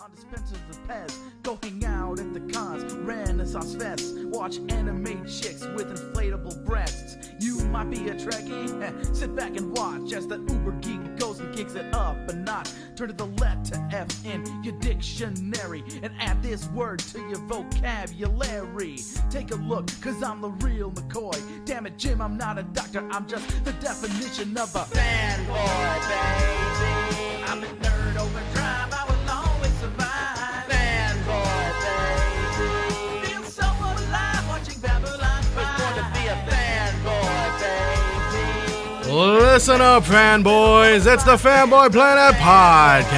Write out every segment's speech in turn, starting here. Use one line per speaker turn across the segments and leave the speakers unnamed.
on dispensers with Pez. Go hang out at the cons, Renaissance fests. Watch anime chicks with inflatable breasts. You might be a Trekkie. eh, Sit back and watch as the Uber geek goes and kicks it up a notch. Turn to the letter F in your dictionary and add this word to your vocabulary. Take a look, cause I'm the real McCoy. Damn it, Jim, I'm not a doctor, I'm just the definition of a fanboy, baby. I'm a nerd overdrive, I will always survive. Fanboy, baby. Feel so alive watching Babylon 5. It's born to be a fanboy, baby.
Listen up, fanboys. It's the Fanboy Planet Podcast.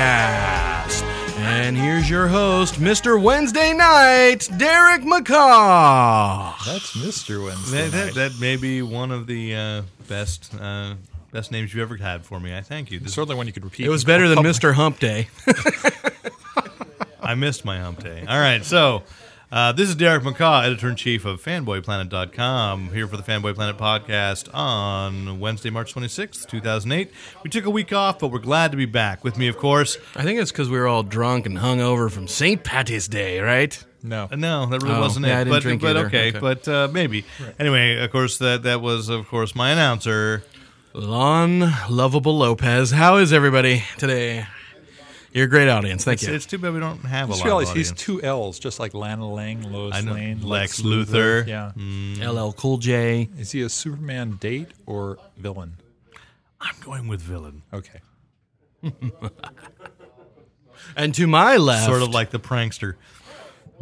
And here's your host, Mr. Wednesday Night, Derek McCaw.
That's Mr. Wednesday.
That, that, that may be one of the uh, best uh, best names you've ever had for me. I thank you. This-
Certainly one you could repeat.
It was better than Mr. Hump Day.
I missed my hump day. All right, so uh, this is Derek McCaw, editor in chief of FanboyPlanet.com, here for the Fanboy Planet podcast on Wednesday, March 26th, 2008. We took a week off, but we're glad to be back. With me, of course.
I think it's because we were all drunk and hungover from St. Patty's Day, right?
No.
Uh, No, that really
Oh,
wasn't
yeah,
it.
I didn't
but
drink
but
either.
okay,
Okay.
but uh, maybe. Anyway, of course, that, that was, of course, my announcer.
Lon Lovable Lopez. How is everybody today? You're a great audience. Thank you.
It's too bad we don't have a
Just
lot of
realize he's
audience.
two L's, just like Lana Lang, Lois
I know.
Lane,
Lex Luthor.
Yeah.
LL Cool J.
Is he a Superman date or villain?
I'm going with villain.
Okay.
And to my left,
Sort of like the prankster.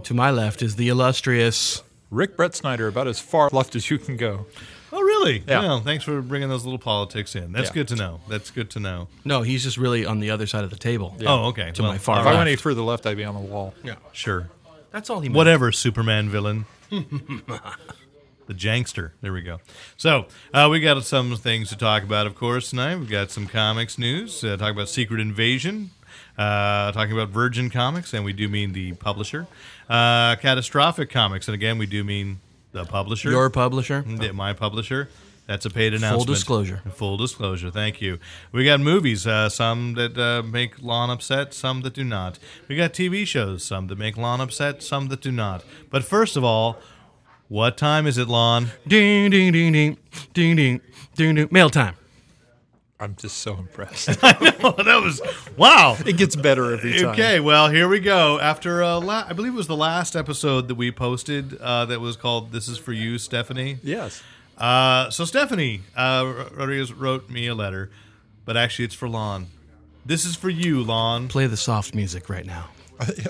to my left is the illustrious
Rick Brett Snyder, about as far left as you can go.
Oh, really?
Yeah.
Well, thanks for bringing those little politics in. That's
Yeah.
good to know. That's good to know.
No, he's just really on the other side of the table.
Oh, okay.
To
Well,
my far
If I
left.
went any further left, I'd be on the wall.
yeah.
Sure.
That's all he meant.
Whatever, Superman villain. the Jankster. There we go. So, uh, we got some things to talk about, of course, tonight. We've got some comics news, uh, talking about Secret Invasion, uh, talking about Virgin Comics, and we do mean the publisher. Uh, Catastrophic Comics, and again, we do mean the publisher.
Your publisher.
Yeah, my publisher. That's a paid
Oh. Full
announcement.
disclosure.
Full disclosure. Thank you. We got movies, uh, some that uh, make Lon upset, some that do not. We got TV shows, some that make Lon upset, some that do not. But first of all, what time is it, Lon?
Ding, ding, ding, ding, ding, ding, ding, ding. Mail time.
I'm just so impressed.
that was wow.
it gets better every time.
Okay, well, here we go. After uh, la- I believe it was the last episode that we posted uh, that was called "This is for You, Stephanie."
Yes.
Uh, so Stephanie uh, Rodriguez wrote me a letter, but actually it's for Lon. This is for you, Lon.
Play the soft music right now.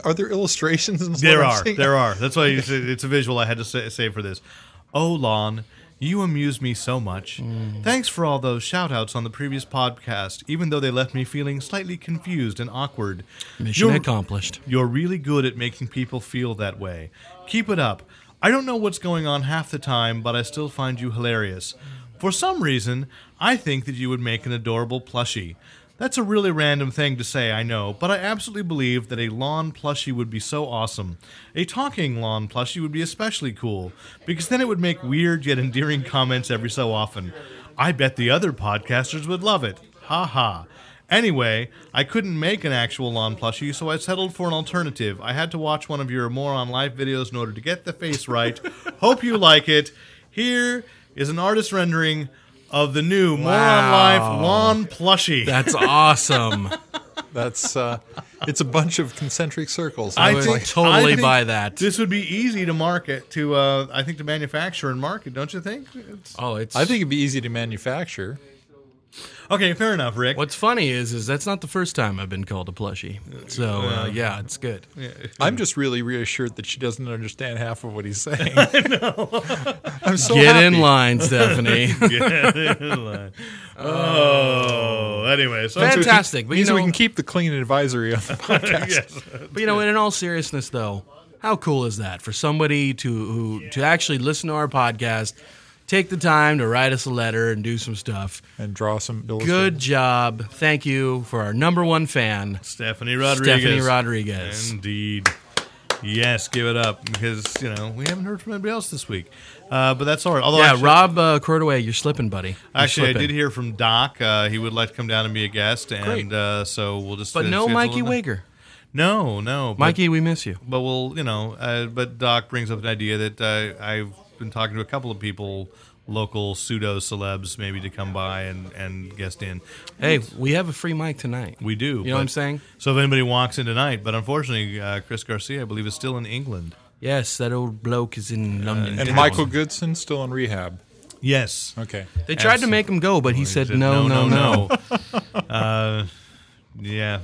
Are there illustrations? in this
There
letter I'm
are,
seeing?
there are. That's why it's, it's a visual. I had to say, say for this. Oh, Lon, you amuse me so much.
Mm.
Thanks for all those shout-outs on the previous podcast, even though they left me feeling slightly confused and awkward.
Mission
You're-
accomplished.
You're really good at making people feel that way. Keep it up. I don't know what's going on half the time, but I still find you hilarious. For some reason, I think that you would make an adorable plushie. That's a really random thing to say, I know, but I absolutely believe that a lawn plushie would be so awesome. A talking lawn plushie would be especially cool, because then it would make weird yet endearing comments every so often. I bet the other podcasters would love it. Ha ha. Anyway, I couldn't make an actual lawn plushie, so I settled for an alternative. I had to watch one of your moron live videos in order to get the face right. Hope you like it. Here is an artist rendering of the new moron
Wow.
life lawn plushie.
That's awesome.
That's uh, it's a bunch of concentric circles.
I
It's
think-
like-
totally
think
buy that.
This would be easy to market to. Uh, I think to manufacture and market, don't you think? It's-
Oh, it's.
I think it'd be easy to manufacture.
okay, fair enough, Rick.
What's funny is, is that's not the first time I've been called a plushie. So uh, yeah, it's good.
I'm just really reassured that she doesn't understand half of what he's saying. I know. am so
Get
happy.
in line, Stephanie.
oh, anyway, so
Fantastic. but, you
Means we
know-
can keep the clean advisory on the podcast.
But you know, in all seriousness, though, how cool is that for somebody to who to actually listen to our podcast, take the time to write us a letter and do some stuff.
And draw some
Good job. Thank you for our number one fan,
Stephanie Rodriguez.
Stephanie Rodriguez.
Indeed. Yes, give it up because you know we haven't heard from anybody else this week. Uh, but that's all right. Although
yeah,
actually,
Rob uh, Cordaway, you're slipping, buddy. You're
Actually, I
slipping.
did hear from Doc. Uh, he would like to come down and be a guest, and uh, so we'll just.
But
uh,
no
schedule
Mikey
it then.
Wager.
No, no, but-
Mikey, we miss you.
But we'll, you know, uh, but Doc brings up an idea that uh, I've been talking to a couple of people, local pseudo celebs, maybe to come by and and guest in.
Hey, we have a free mic tonight.
We do.
You know what I'm
but-
saying?
So if anybody walks in tonight, but unfortunately, uh, Chris Garcia, I believe, is still in England.
Yes, that old bloke is in
Uh,
London.
And
town.
Michael Goodson still in rehab.
Yes.
Okay.
They tried to make him go, but he said no, no, no.
uh, yeah.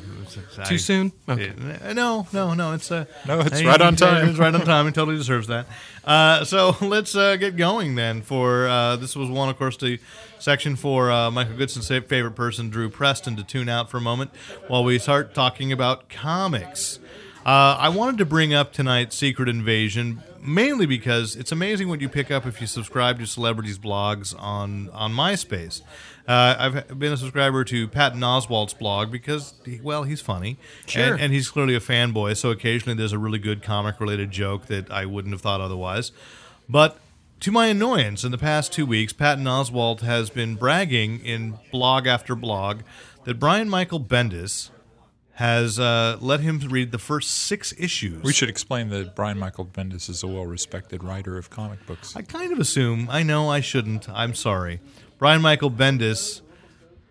Too soon? Okay.
Yeah, uh, no, no, no. It's uh,
No, it's
hey,
right on
it's, uh,
time.
It's right on time. It totally deserves that. Uh, so let's uh, get going then. For uh, this was one, of course, the section for uh, Michael Goodson's fa- favorite person, Drew Preston, to tune out for a moment while we start talking about comics. Uh, I wanted to bring up tonight Secret Invasion mainly because it's amazing what you pick up if you subscribe to celebrities' blogs on on MySpace. Uh, I've been a subscriber to Patton Oswalt's blog because, he- well, he's funny,
Sure.
and, and he's clearly a fanboy. So occasionally there's a really good comic-related joke that I wouldn't have thought otherwise. But to my annoyance, in the past two weeks, Patton Oswalt has been bragging in blog after blog that Brian Michael Bendis has uh, let him read the first six issues.
We should explain that Brian Michael Bendis is a well respected writer of comic books.
I kind of assume. I know I shouldn't. I'm sorry. Brian Michael Bendis,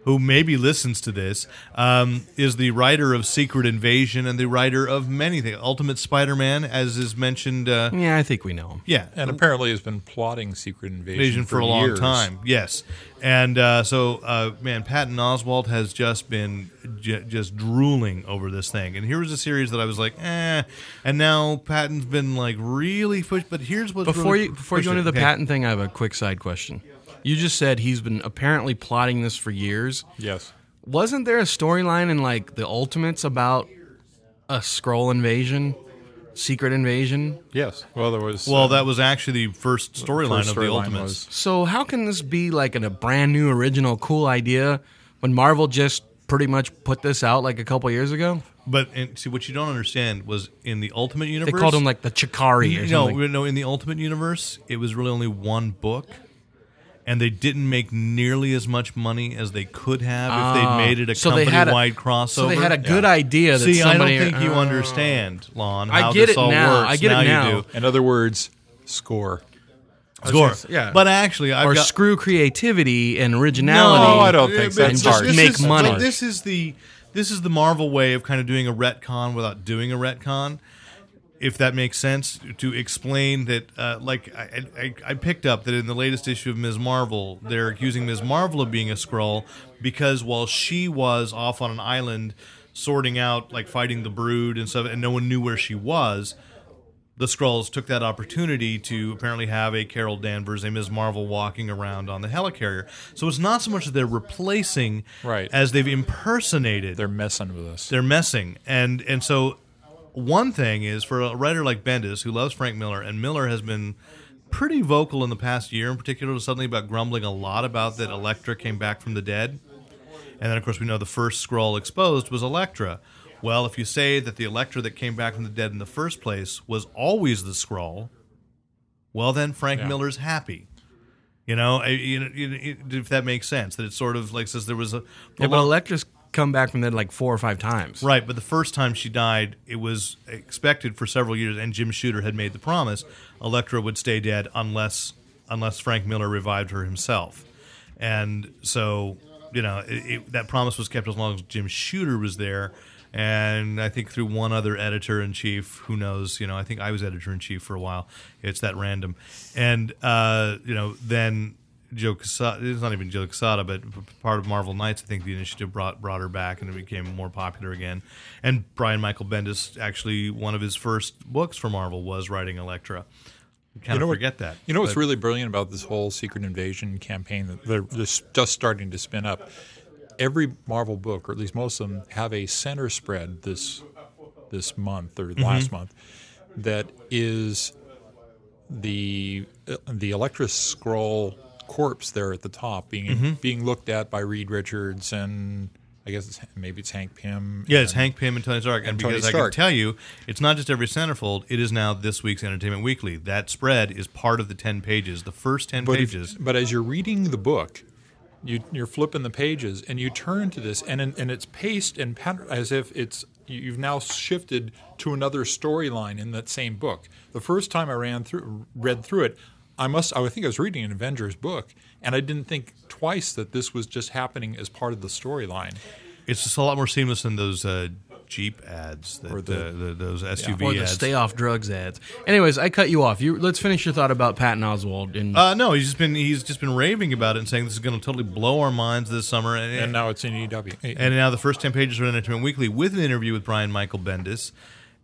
who maybe listens to this, um, is the writer of Secret Invasion and the writer of many things. Ultimate Spider-Man, as is mentioned. Uh,
Yeah, I think we know him.
yeah,
And apparently has been plotting Secret Invasion,
Invasion for, a long
years.
time. Yes, and uh, so uh, man, Patton Oswald has just been j- just drooling over this thing. And here was a series that I was like, eh. And now Patton's been like really pushed. But here's what
Before you before you go into the patent thing, I have a quick side question. You just said he's been apparently plotting this for years.
Yes.
Wasn't there a storyline in like the Ultimates about a scroll invasion, secret invasion?
Yes. Well, there was.
Well,
uh,
that was actually the first storyline
first
of the
storyline was-
Ultimates.
So how can this be like an- a brand new, original, cool idea when Marvel just pretty much put this out like a couple years ago?
But and see, what you don't understand was in the Ultimate
They
Universe.
called him like the Chikari or
no,
something.
no. In the Ultimate Universe, it was really only one book, and they didn't make nearly as much money as they could have if they'd made it a
Ah. so they had a-
company-wide crossover.
so they had a good idea that
see,
somebody-
I don't think you
Oh.
understand, Lon.
I
How
get
this
it
all
now.
Works.
I get it now.
You do.
In other words, score.
Score.
just- yeah.
But actually, I've
or
got,
screw creativity and originality.
No, I don't think
but
so. That's
this-
harsh.
this
Make
is-
money.
but This is the this is the Marvel way of kind of doing a retcon without doing a retcon. If that makes sense, to explain that, uh, like I, I, I picked up that in the latest issue of Ms. Marvel, they're accusing Ms. Marvel of being a Skrull because while she was off on an island sorting out, like fighting the Brood and stuff, and no one knew where she was, the Skrulls took that opportunity to apparently have a Carol Danvers, a Ms. Marvel walking around on the helicarrier. So it's not so much that they're replacing
Right.
as they've impersonated.
They're messing with us.
they're messing. And and so one thing is for a writer like Bendis who loves Frank Miller and Miller has been pretty vocal in the past year in particular suddenly about grumbling a lot about that Elektra came back from the dead. And then, of course, we know the first scroll exposed was Electra. Well, if you say that the Electra that came back from the dead in the first place was always the scroll, well, then Frank
Yeah.
Miller's happy. You know, I- you know, you- you- if that makes sense, that it's sort of like says there was a
Yeah, but Electra's come back from that like four or five times.
Right, but the first time she died, it was expected for several years, and Jim Shooter had made the promise Electra would stay dead unless unless Frank Miller revived her himself, and so you know it, it, that promise was kept as long as Jim Shooter was there, and I think through one other editor in chief, who knows, you know, I think I was editor in chief for a while. It's that random, and uh, you know then. Joe Quesada, it's not even Joe Quesada, but p- part of Marvel Knights, I think the initiative brought brought her back and it became more popular again. And Brian Michael Bendis, actually, one of his first books for Marvel was writing Elektra. You kind
know
of
what-
forget that.
You know what's
but-
really brilliant about this whole Secret Invasion campaign that they're, they're just starting to spin up? Every Marvel book, or at least most of them, have a center spread this this month or last month that is the uh, the Electra Scroll corpse there at the top being being looked at by Reed Richards and I guess it's, maybe it's Hank Pym.
Yeah, it's Hank Pym and Tony Stark. And,
Tony
because I
Stark.
can tell you, it's not just every centerfold, it is now this week's Entertainment Weekly. That spread is part of the 10 pages, the first 10
But, if-
pages.
but as you're reading the book, you, you're flipping the pages and you turn to this, and in, and it's paced and patterned as if it's you- you've now shifted to another storyline in that same book. The first time I ran through, read through it, I must, I would think I was reading an Avengers book, and I didn't think twice that this was just happening as part of the storyline.
It's just a lot more seamless than those uh, Jeep ads, that,
Or the-
uh, the- those SUV
Or the
ads.
stay off drugs ads. Anyways, I cut you off. You let's finish your thought about Patton Oswald and
uh, no, he's just been he's just been raving about it and saying this is going to totally blow our minds this summer. And,
And uh, now it's in E EW.
And now the first 10 pages are in Entertainment Weekly with an interview with Brian Michael Bendis.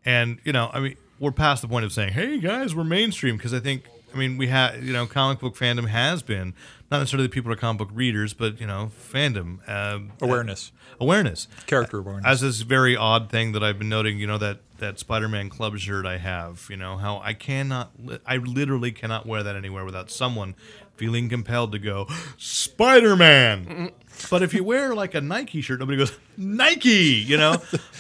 And, you know, I mean, we're past the point of saying, hey, guys, we're mainstream. Because I think, I mean, we have, you know, comic book fandom has been, not necessarily the people who are comic book readers, but, you know, fandom. Um,
awareness,
awareness.
character awareness.
As this very odd thing that I've been noting, you know, that, that Spider Man club shirt I have, you know, how I cannot, li- I literally cannot wear that anywhere without someone feeling compelled to go, Spider Man. But if you wear like a Nike shirt, nobody goes, Nike, you know?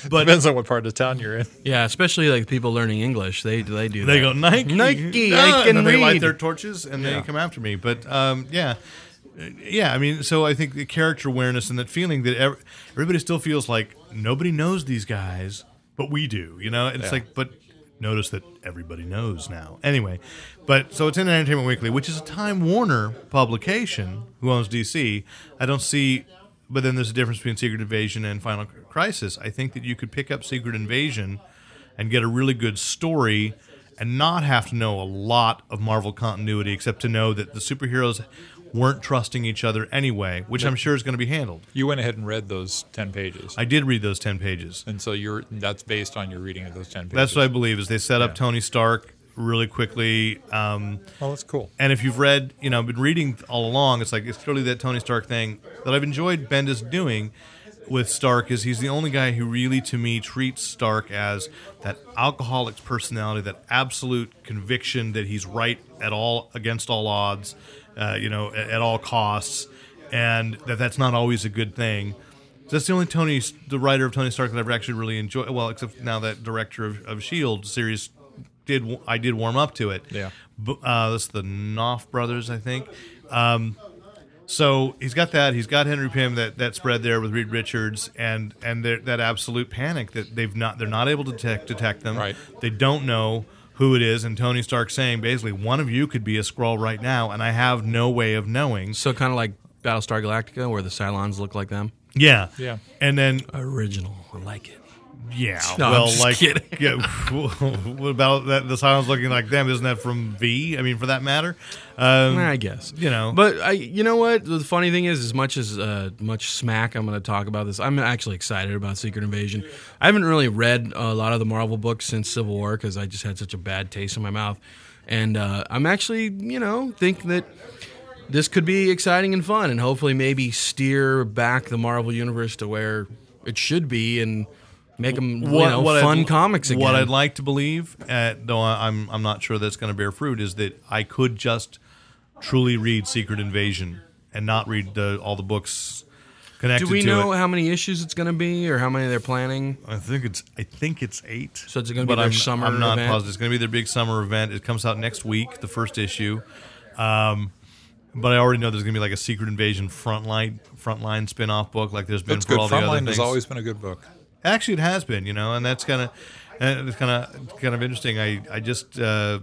But
Depends on what part of town you're in.
yeah, especially like people learning English. They they do.
They
that.
go Nike,
Nike,
Ah,
I
and
can
then They light
read.
their torches and they come after me. But um, yeah, yeah. I mean, so I think the character awareness and that feeling that ev- everybody still feels like nobody knows these guys, but we do. You know, it's like, but notice that everybody knows now. Anyway, but so it's in Entertainment Weekly, which is a Time Warner publication who owns DC. I don't see. But then there's a difference between Secret Invasion and Final Crisis. I think that you could pick up Secret Invasion and get a really good story and not have to know a lot of Marvel continuity except to know that the superheroes weren't trusting each other anyway, which I'm sure is going to be handled.
You went ahead and read those ten pages,
I did read those 10 pages.
and so you're that's based on your reading of those ten pages.
That's what I believe is they set up Tony Stark really quickly um,
Well, that's cool.
and if you've read, you know, been reading all along, it's like it's clearly that Tony Stark thing that I've enjoyed Bendis doing with Stark is he's the only guy who really, to me, treats Stark as that alcoholic personality, that absolute conviction that he's right at all against all odds, uh, you know, at, at all costs, and that that's not always a good thing. That's the only Tony, the writer of Tony Stark that I've actually really enjoyed. Well, except now that director of, of Shield E series did I did warm up to it.
Yeah.
B- uh, that's the Knopf brothers, I think. Um, so he's got that. He's got Henry Pym that, that spread there with Reed Richards, and and their- that absolute panic that they've not they're not able to detect detect them.
Right.
They don't know who it is, and Tony Stark saying basically one of you could be a Skrull right now, and I have no way of knowing.
so kind of like Battlestar Galactica, where the Cylons look like them.
Yeah.
Yeah.
And then
Original, I like it.
yeah.
No, I'm
well,
just
like
kidding.
yeah. what about that? The silence looking like them? Isn't that from V? I mean, for that matter. Um,
I guess
you know.
But I, you know what? The funny thing is, as much as uh, much smack I'm going to talk about this, I'm actually excited about Secret Invasion. I haven't really read a lot of the Marvel books since Civil War because I just had such a bad taste in my mouth, and uh, I'm actually, you know, think that. This could be exciting and fun, and hopefully, maybe steer back the Marvel universe to where it should be, and make them you know,
I'd-
fun comics again.
What I'd like to believe, uh, though I- I'm I'm not sure that's going to bear fruit, is that I could just truly read Secret Invasion and not read the, all the books connected
Do we
to
know
it.
how many issues it's going to be, or how many they're planning?
I think it's I think it's eight.
So it's gonna be
but
their
I'm,
summer
I'm not
event?
positive. It's going to be their big summer event. It comes out next week, the first issue. Um, but I already know there's going to be like a Secret Invasion frontline frontline spin off book, like there's been
That's
for
good.
all the other
Frontline
things.
has always been a good book.
Actually, it has been, you know, and that's kind of it's kind of kind of interesting. I I just uh,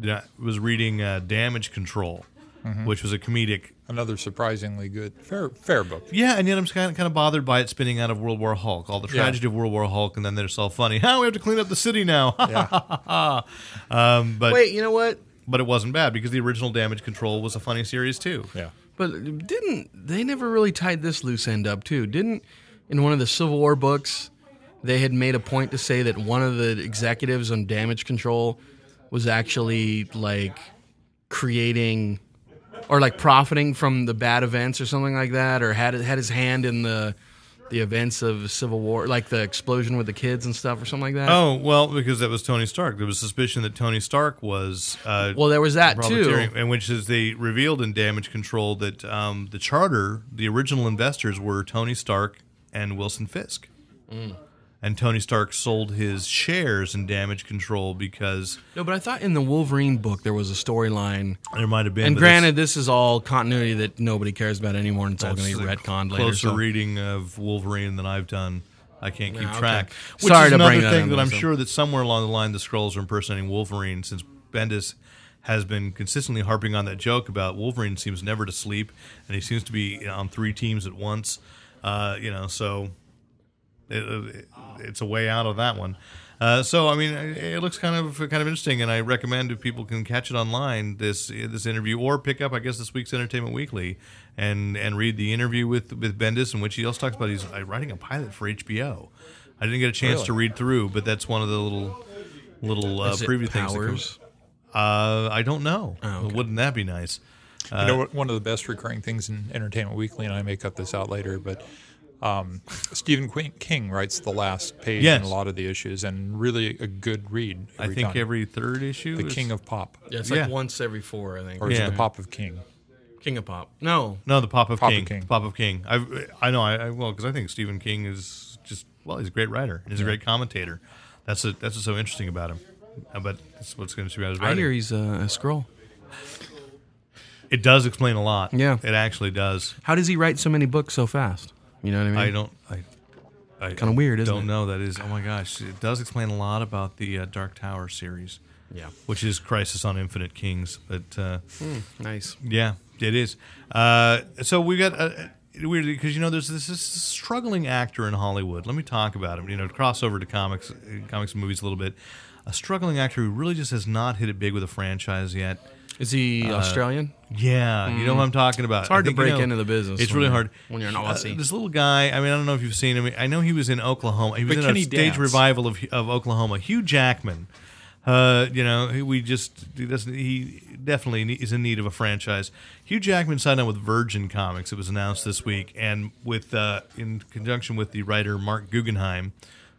you know, was reading uh, Damage Control,
Mm-hmm.
which was a comedic.
Another surprisingly good, fair, fair book.
Yeah, and yet I'm kind of, kind of bothered by it spinning out of World War Hulk, all the
Yeah.
tragedy of World War Hulk, and then they're so funny. How we have to clean up the city now.
Yeah.
um, but
Wait, you know what?
but it wasn't bad because the original Damage Control was a funny series too.
yeah.
But didn't they never really tied this loose end up too? Didn't in one of the Civil War books they had made a point to say that one of the executives on damage control was actually like creating or like profiting from the bad events or something like that or had had his hand in the the events of Civil War like the explosion with the kids and stuff or something like that.
Oh well, because that was Tony Stark. There was suspicion that Tony Stark was uh,
Well, there was that too.
profiteering, and which is they revealed in Damage Control that um, the charter, the original investors were Tony Stark and Wilson Fisk,
Mm.
and Tony Stark sold his shares in Damage Control because
No, but I thought in the Wolverine book there was a storyline
there might have been.
And
but it's
granted, this is all continuity that nobody cares about anymore, and it's all going to
a
be retconned later.
closer
so-
reading of Wolverine than I've done. I can't keep
okay.
track. Which
Sorry
is
to
another
bring that
thing
in,
that I'm
Lisa.
sure that somewhere along the line the scrolls are impersonating Wolverine since Bendis has been consistently harping on that joke about Wolverine seems never to sleep and he seems to be on three teams at once. Uh, you know, so it, it, it's a way out of that one. Uh, so I mean, it, it looks kind of kind of interesting, and I recommend if people can catch it online this this interview or pick up, I guess, this week's Entertainment Weekly and and read the interview with with Bendis, in which he also talks about he's uh, writing a pilot for HBO. I didn't get a chance to read through, but that's one of the little little uh,
Is it
preview things. that come-
powers.
Uh, I don't know.
Oh, okay.
Wouldn't that be nice?
you
Uh,
know, what- one of the best recurring things in Entertainment Weekly, and I may cut this out later, but um, Stephen Queen- King writes the last page
Yes.
in a lot of the issues, and really a good read.
I think
time.
every third issue.
the
is-
King of Pop,
Yeah, it's like
Yeah.
once every four, I think.
or is
Yeah.
it the Pop of King?
King of Pop. No,
No, the Pop of
Pop of
King.
King.
The Pop of King. I I know. I, I well because I think Stephen King is just well, he's a great writer. and He's a great commentator. That's what that's what's so interesting about him. Uh, But that's what's going to be about his
I
writing.
hear he's uh, a scroll.
It does explain a lot.
Yeah.
it actually does.
How does he write so many books so fast? You know what I mean?
I don't. I, I
Kinda weird, isn't
don't
it?
know. That is. Oh my gosh, it does explain a lot about the uh, Dark Tower series,
Yeah.
which is Crisis on Infinite Kings. But uh,
Nice.
Yeah, it is. Uh, so we got uh, weirdly because you know there's this, this struggling actor in Hollywood. Let me talk about him. You know, to cross over to comics, uh, comics and movies a little bit. A struggling actor who really just has not hit it big with a franchise yet.
Is
Uh,
he Australian?
Yeah, you know what I'm talking about. It's
hard to break into the business
It's
when
really
you're-
hard
when you're an
Uh,
Aussie.
this little guy. I mean, I don't know if you've seen him. I know he was in Oklahoma. He was
But
in
can
a
he
stage
dance?
revival of of Oklahoma. Hugh Jackman. Uh, you know, he- we just he doesn't. He definitely ne- is in need of a franchise. Hugh Jackman signed on with Virgin Comics. It was announced this week, and with uh, in conjunction with the writer Mark Guggenheim,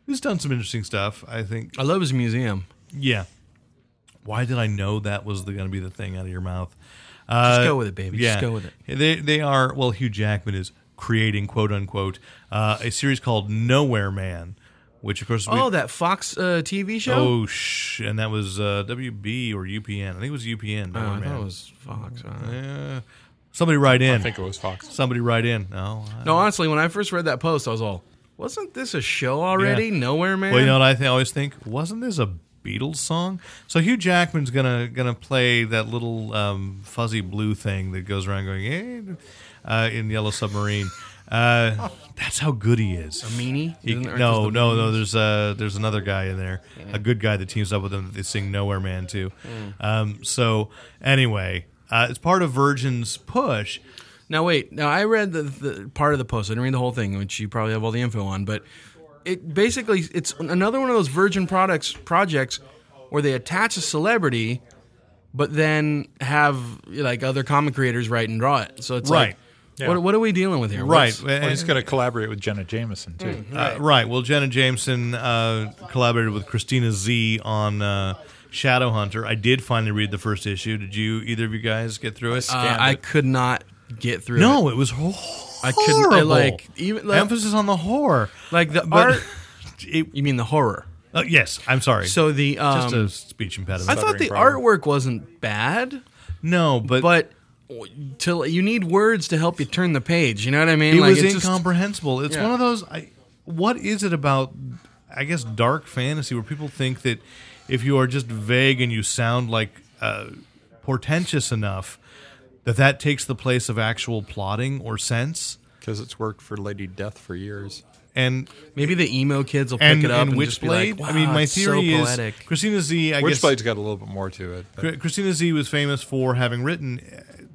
who's done some interesting stuff. I think
I love his museum.
yeah. Why did I know that was going to be the thing out of your mouth?
Just
Uh,
go with it, baby. Just go with it.
They they are well. Hugh Jackman is creating quote unquote uh, a series called Nowhere Man, which of course we-
Oh, that Fox uh, TV show?
oh shh, and that was uh, WB or UPN. I think it was UPN. Nowhere
Oh, I
oh, Man.
thought it was Fox. All right.
Uh, somebody write in.
I think it was Fox.
somebody write in. No. I-
No, honestly, when I first read that post, I was all, wasn't this a show already?
Yeah.
Nowhere Man?
Well, you know what I th- always think? Wasn't this a Beatles song? So Hugh Jackman's gonna gonna play that little um, fuzzy blue thing that goes around going eh, uh, in Yellow Submarine. Uh, that's how good he is.
meanie?
He-
Isn't- aren't those
no,
the
no, no. There's uh, there's another guy in there, a good guy that teams up with him. That they sing "Nowhere Man" too.
Hmm.
Um, so anyway, uh, it's part of Virgin's push.
Now wait. Now I read the, the part of the post. I didn't read the whole thing, which you probably have all the info on. But it basically it's another one of those Virgin products projects where they attach a celebrity, but then have like other comic creators write and draw it. So it's
Right.
like, what, what are we dealing with here?
Right.
What's-
Well, he's going to collaborate with Jenna Jameson too.
Mm-hmm.
Uh, right. Well, Jenna Jameson uh, collaborated with Christina Z on uh, Shadowhunter. I did finally read the first issue. Did you? Either of you guys get through it?
uh, I could not get through. it.
no, it was horrible.
I couldn't- I, like, even- like-
emphasis on the horror.
Like the
But-
art.
It,
You mean the horror?
uh, yes, I'm sorry.
So the um,
just a speech impediment.
I thought the
problem.
artwork wasn't bad,
no, but,
but. Till you need words to help you turn the page, you know what I mean?
it
Like,
was
it's just-
incomprehensible. it's
Yeah.
one of those. I, what is it about? I guess dark fantasy where people think that if you are just vague and you sound like uh, portentous enough, that that takes the place of actual plotting or sense.
because it's worked for Lady Death for years.
And
Maybe the emo kids will pick
and,
it up
and,
and, just be like,
Witchblade.
wow,
I mean, my
it's so
theory is
poetic.
Christina Z. I guess
Witchblade's got a little bit more to it. but-
Cri- Christina Z was famous for having written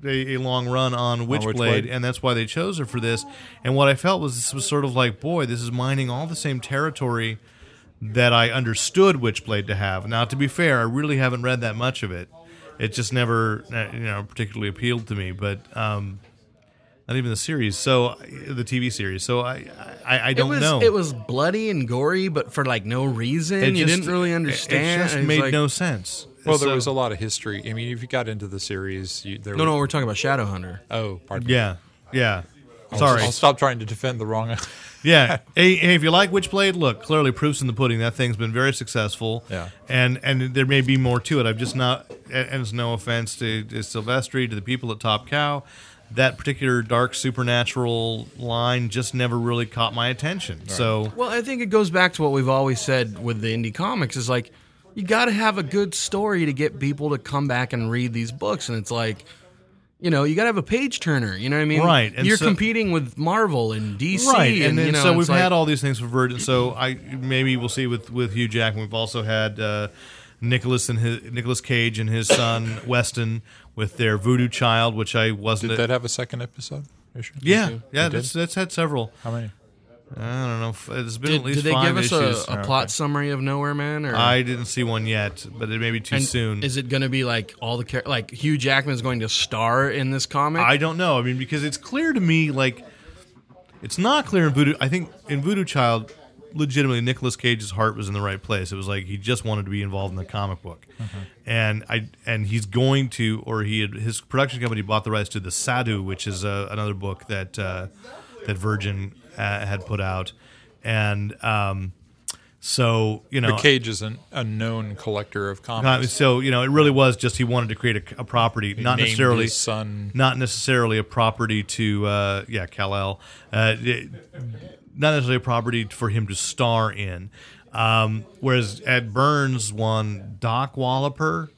uh, a, a long run on Witchblade,
Witchblade.
and that's why they chose her for this. And what I felt was this was sort of like, boy, this is mining all the same territory that I understood Witchblade to have. Now, to be fair, I really haven't read that much of it. It just never, uh, you know, particularly appealed to me. But um, not even the series, so uh, the TV series. So I, I, I
it
don't
was
know.
it was bloody and gory, but for like no reason.
It
you
just-
didn't really understand.
It just
was
made
like-
no sense.
well, there
So-
was a lot of history. I mean, if you got into the series, you, there
No,
was-
no, we're talking about Shadowhunter.
Oh, pardon. me.
Yeah, yeah.
I'll-
Sorry,
I'll stop trying to defend the wrong.
Yeah. hey, hey, if you like Witchblade, look, clearly proofs in the pudding. That thing's been very successful.
Yeah.
And and there may be more to it. I've just not. And and it's no offense to, to Silvestri, to the people at Top Cow. that particular dark supernatural line just never really caught my attention. So
Well, I think it goes back to what we've always said with the indie comics is like you got to have a good story to get people to come back and read these books and it's like you know, you got to have a page turner, you know what I mean?
Right, and
You're
so-
competing with Marvel and DC
right,
and,
and, then
you know,
so
it's
we've
like-
had all these things for Virgin. So I maybe we'll see with with Hugh Jackman. We've also had uh, Nicholas and his Nicholas Cage and his son Weston with their Voodoo Child, which I wasn't.
Did that have a second episode? issue?
yeah, yeah,
It did?
that's, that's had several.
How many?
I don't know. if- It's been
did,
at least
did they
five
give us
issues.
a, a plot summary of Nowhere Man or
I didn't see one yet, but it may be too
and
soon.
Is it going to be like all the char- like Hugh Jackman's going to star in this comic?
I don't know. I mean, because it's clear to me, like, it's not clear in Voodoo. I think in Voodoo Child, legitimately, Nicolas Cage's heart was in the right place. It was like he just wanted to be involved in the comic book, and I and he's going to, or he had, his production company bought the rights to the Sadhu, which is uh, another book that uh, that Virgin uh, had put out, and um, so you know,
But Cage is an unknown collector of comics.
uh, so you know, it really was just he wanted to create a, a property, not
named
necessarily
his son-
not necessarily a property to uh, yeah Kal El, uh, it- not necessarily a property for him to star in. Um, whereas Ed Burns won Doc Walloper,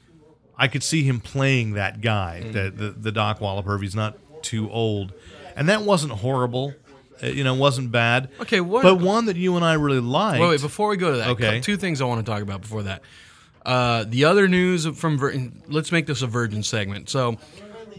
I could see him playing that guy,
Mm-hmm.
the, the the Doc Walloper. If he's not too old, and that wasn't horrible. Uh, you know, wasn't bad.
Okay, what-
But one that you and I really liked.
Wait, wait, before we go to that,
Okay.
okay. two things I want to talk about before that. Uh, the other news from Vir- let's make this a Virgin segment. So,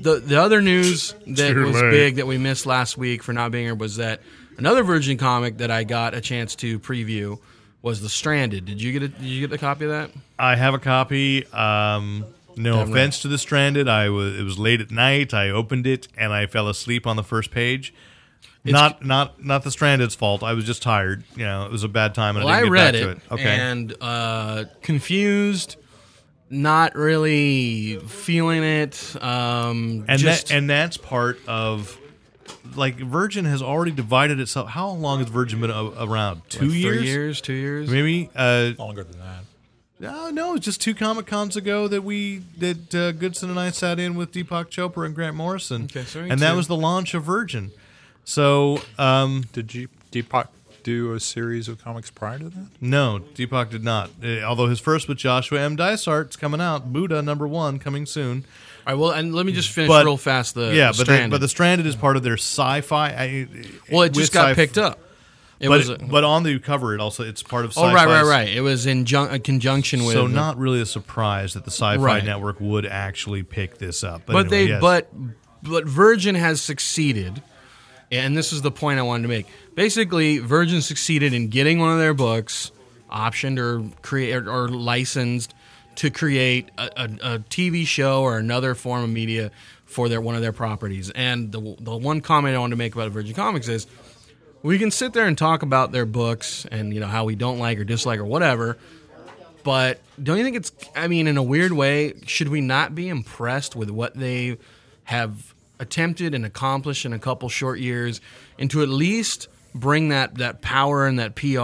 the the other news that
Too
was
late.
big that we missed last week for not being here was that another Virgin comic that I got a chance to preview was The Stranded. Did you get a, did you get a copy of that?
I have a copy. Um, no offense to the stranded. I was it was late at night. I opened it and I fell asleep on the first page. not not not the stranded's fault. I was just tired. You know, it was a bad time and
Well,
I
I
didn't
read
get back
it,
to it. Okay.
and uh, confused, not really feeling it. Um,
and
just,
that, and that's part of like Virgin has already divided itself. How long has Virgin been a- around? Two
three
years?
years, two years.
Maybe uh,
Longer than that.
No, no, it's just two Comic Cons ago that we that uh, Goodson and I sat in with Deepak Chopra and Grant Morrison,
Okay, so
and that
two.
was the launch of Virgin. So um,
Did Jeep, Deepak do a series of comics prior to that?
no, Deepak did not. Uh, although his first with Joshua M. Dysart's coming out, Buddha number one coming soon.
All right, well, and let me just finish
But-
real fast. The
yeah, but the,
Stranded.
but the Stranded is part of their sci-fi. I,
well, it just
with
got
sci-
picked up. It
but
was a,
but on the cover, it also it's part of.
oh
sci-fi.
right, right, right. It was in jun- uh, conjunction with
So not really a surprise that the Sci-Fi
Right.
Network would actually pick this
uh,
up.
but
anyway,
they
yes.
but but Virgin has succeeded, and this is the point I wanted to make. Basically, Virgin succeeded in getting one of their books optioned or create or, or licensed to create a, a, a TV show or another form of media for their one of their properties. And the the one comment I wanted to make about Virgin Comics is. we can sit there and talk about their books and you know how we don't like or dislike or whatever but don't you think it's i mean in a weird way should we not be impressed with what they have attempted and accomplished in a couple short years and to at least bring that that power and that pr to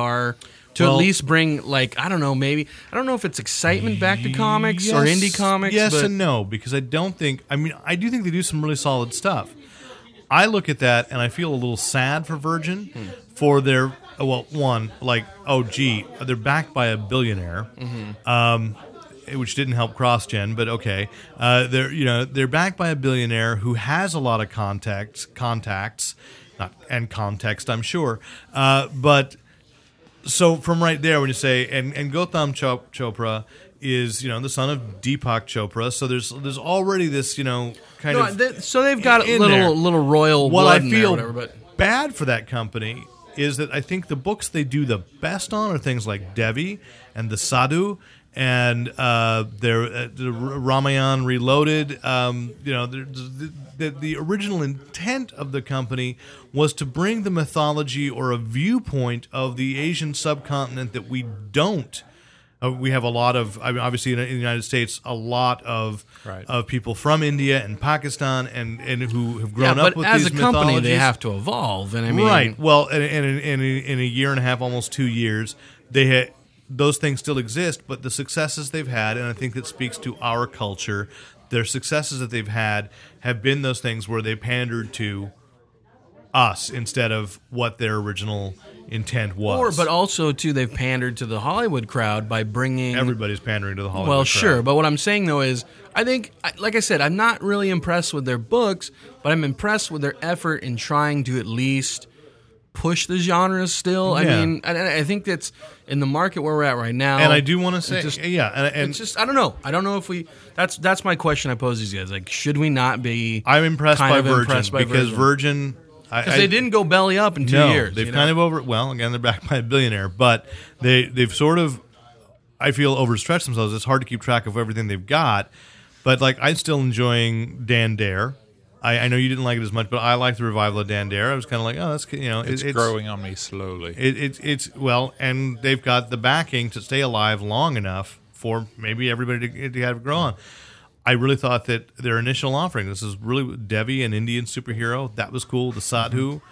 Well-
at least bring like i don't know maybe i don't know if it's excitement back to comics or
Yes-
indie comics
Yes
but
and no, because I don't think. I mean, I do think they do some really solid stuff. I look at that and I feel a little sad for Virgin
Hmm.
for their well, one like oh gee, they're backed by a billionaire, um, which didn't help CrossGen, but okay, uh, they're you know they're backed by a billionaire who has a lot of contacts, contacts, not and context, I'm sure, uh, but so from right there when you say and and Gotham Chop- Chopra is you know the son of Deepak Chopra so there's there's already this you know kind
No,
of
they- so they've got a
in
little
there.
little royal
what
blood
I
in there or
feel
whatever but
bad for that company is that I think the books they do the best on are things like Devi and the Sadhu and uh, their uh, the R- Ramayan Reloaded. Um, you know, the, the, the original intent of the company was to bring the mythology or a viewpoint of the Asian subcontinent that we don't. Uh, we have a lot of, I mean, obviously, in, in the United States, a lot of
Right.
of people from India and Pakistan and and who have
yeah,
grown up
but
with
as a
these
company they
mythologies.
have to evolve and i mean
right. Well, in, in, in, in, in a year and a half, almost two years, they had, those things still exist, but the successes they've had, and I think that speaks to our culture, their successes that they've had have been those things where they pandered to us instead of what their original intent
Or,
was.
but also too, they've pandered to the Hollywood crowd by bringing.
everybody's pandering to the Hollywood.
well,
crowd.
sure, but what I'm saying though is, I think, I- like I said, I'm not really impressed with their books, but I'm impressed with their effort in trying to at least push the genre. Still,
Yeah.
I mean, I, I think that's in the market where we're at right now.
And I do want to say,
just-
yeah, and, and
It's just I don't know. I don't know if we. That's that's my question. I pose these guys. Like, should we not be?
I'm impressed
kind
by
of
Virgin
impressed by
because
Virgin.
Virgin, I,
Because they
I-
didn't go belly up in two
no,
years.
They've
you know?
kind of over. Well, again, they're backed by a billionaire, but they they've sort of, I feel, overstretched themselves. It's hard to keep track of everything they've got, but like I'm still enjoying Dan Dare. I, I know you didn't like it as much, but I like the revival of Dan Dare. I was kind of like, oh, that's you know, it-
It's, growing on me slowly.
It, it, it's well, and they've got the backing to stay alive long enough for maybe everybody to, to have it grow on. I really thought that their initial offering, this is really Devi, an Indian superhero, that was
Mm-hmm.
cool. The Sadhu,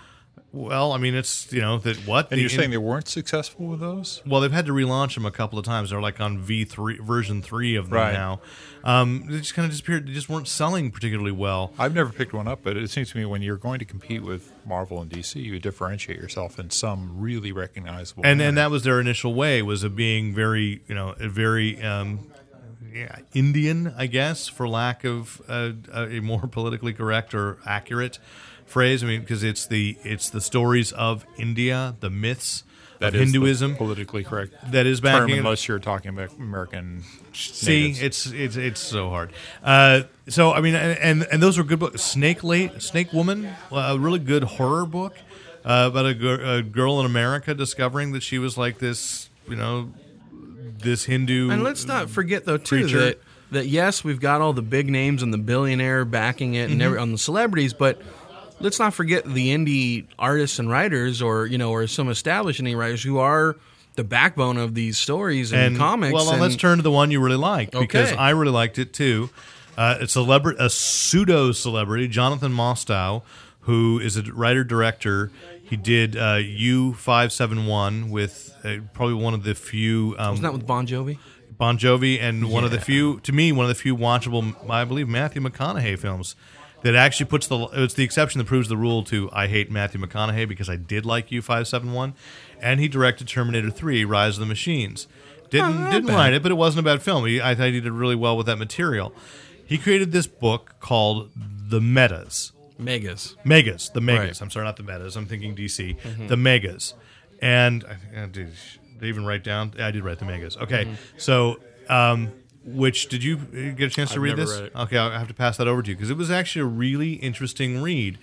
well, I mean, it's you know that what
and
the
you're
in-
saying they weren't successful with those?
well, they've had to relaunch them a couple of times. They're like on V three version three of them
Right.
now. Um, they just kind of disappeared. They just weren't selling particularly well.
I've never picked one up, but it seems to me when you're going to compete with Marvel and DC, you differentiate yourself in some really recognizable.
and
manner.
and that was their initial way was of being very you know very um, yeah, Indian, I guess, for lack of a, a more politically correct or accurate phrase. I mean, because it's the it's the stories of India, the myths
That
of
is the
Hinduism.
politically correct
That is
term,
backing it.
unless you're talking about American.
See,
natives.
it's it's it's so hard. Uh, so I mean, and and those were good books. Snake Late, Snake Woman, a really good horror book uh, about a, gir- a girl in America discovering that she was like this, you know, this Hindu.
And let's not forget though too
Mm. Preacher.
that that yes, we've got all the big names and the billionaire backing it
Mm-hmm.
and every, on the celebrities, but let's not forget the indie artists and writers or you know or some established indie writers who are the backbone of these stories and, comics.
Well,
and,
let's turn to the one you really liked because
Okay.
I really liked it too. Uh, a celebrity, a pseudo celebrity, Jonathan Mostow, who is a writer director. He did uh, U five seven one with uh, probably one of the few. Um,
Isn't that with Bon Jovi?
Bon Jovi, and one of the few, to me, one of the few watchable, I believe, Matthew McConaughey films that actually puts the. It's the exception that proves the rule. To I hate Matthew McConaughey because I did like U five seven one, and he directed Terminator three: Rise of the Machines. Didn't didn't write it, but it wasn't a bad film. He, I thought he did really well with that material. He created this book called The Metas.
Megas.
Megas, the Megas.
Right.
I'm sorry, not the Metas. I'm thinking DC.
Mm-hmm.
The Megas, and I think I did. Did I even write down? I did write the Megas. Okay,
Mm-hmm.
so um, which did you uh, get a chance to
I've
read
never
this?
read it.
Okay, I'll have to pass that over to you because it was actually a really interesting read.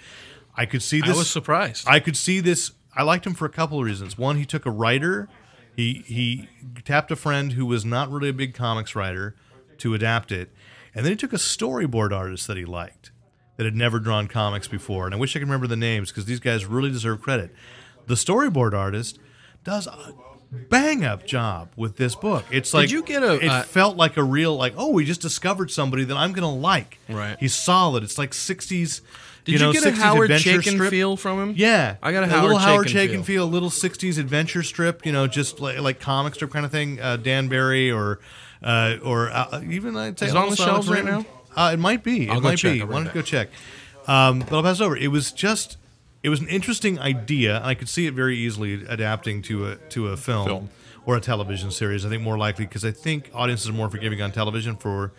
I could see this.
I was surprised.
I could see this. I liked him for a couple of reasons. One, he took a writer. He he tapped a friend who was not really a big comics writer to adapt it, and then he took a storyboard artist that he liked that had never drawn comics before. And I wish I could remember the names because these guys really deserve credit. The storyboard artist does a bang up job with this book. It's like
you get a-
It
uh,
felt like a real like oh we just discovered somebody that I'm gonna like.
Right.
He's solid. It's like 60s.
Did you
you, know,
get a
60s
Howard
adventure
Chaykin
strip.
feel from him?
Yeah,
I got a
little
Howard
Howard
Chaykin
Chaykin
feel.
feel, a little '60s adventure strip, you know, just like, like comic strip kind of thing. Uh, Dan Barry or uh, or uh, even I'd say
Is it on the
also
shelves
Alex
right
Raymond. Uh, it might be.
I'll
it
go
might
check.
be.
I'll
Why
be
don't you
back.
go check? Um, but I'll pass it over. It was just, it was an interesting idea, and I could see it very easily adapting to a to a film,
Film.
or a television series. I think more likely because I think audiences are more forgiving on television for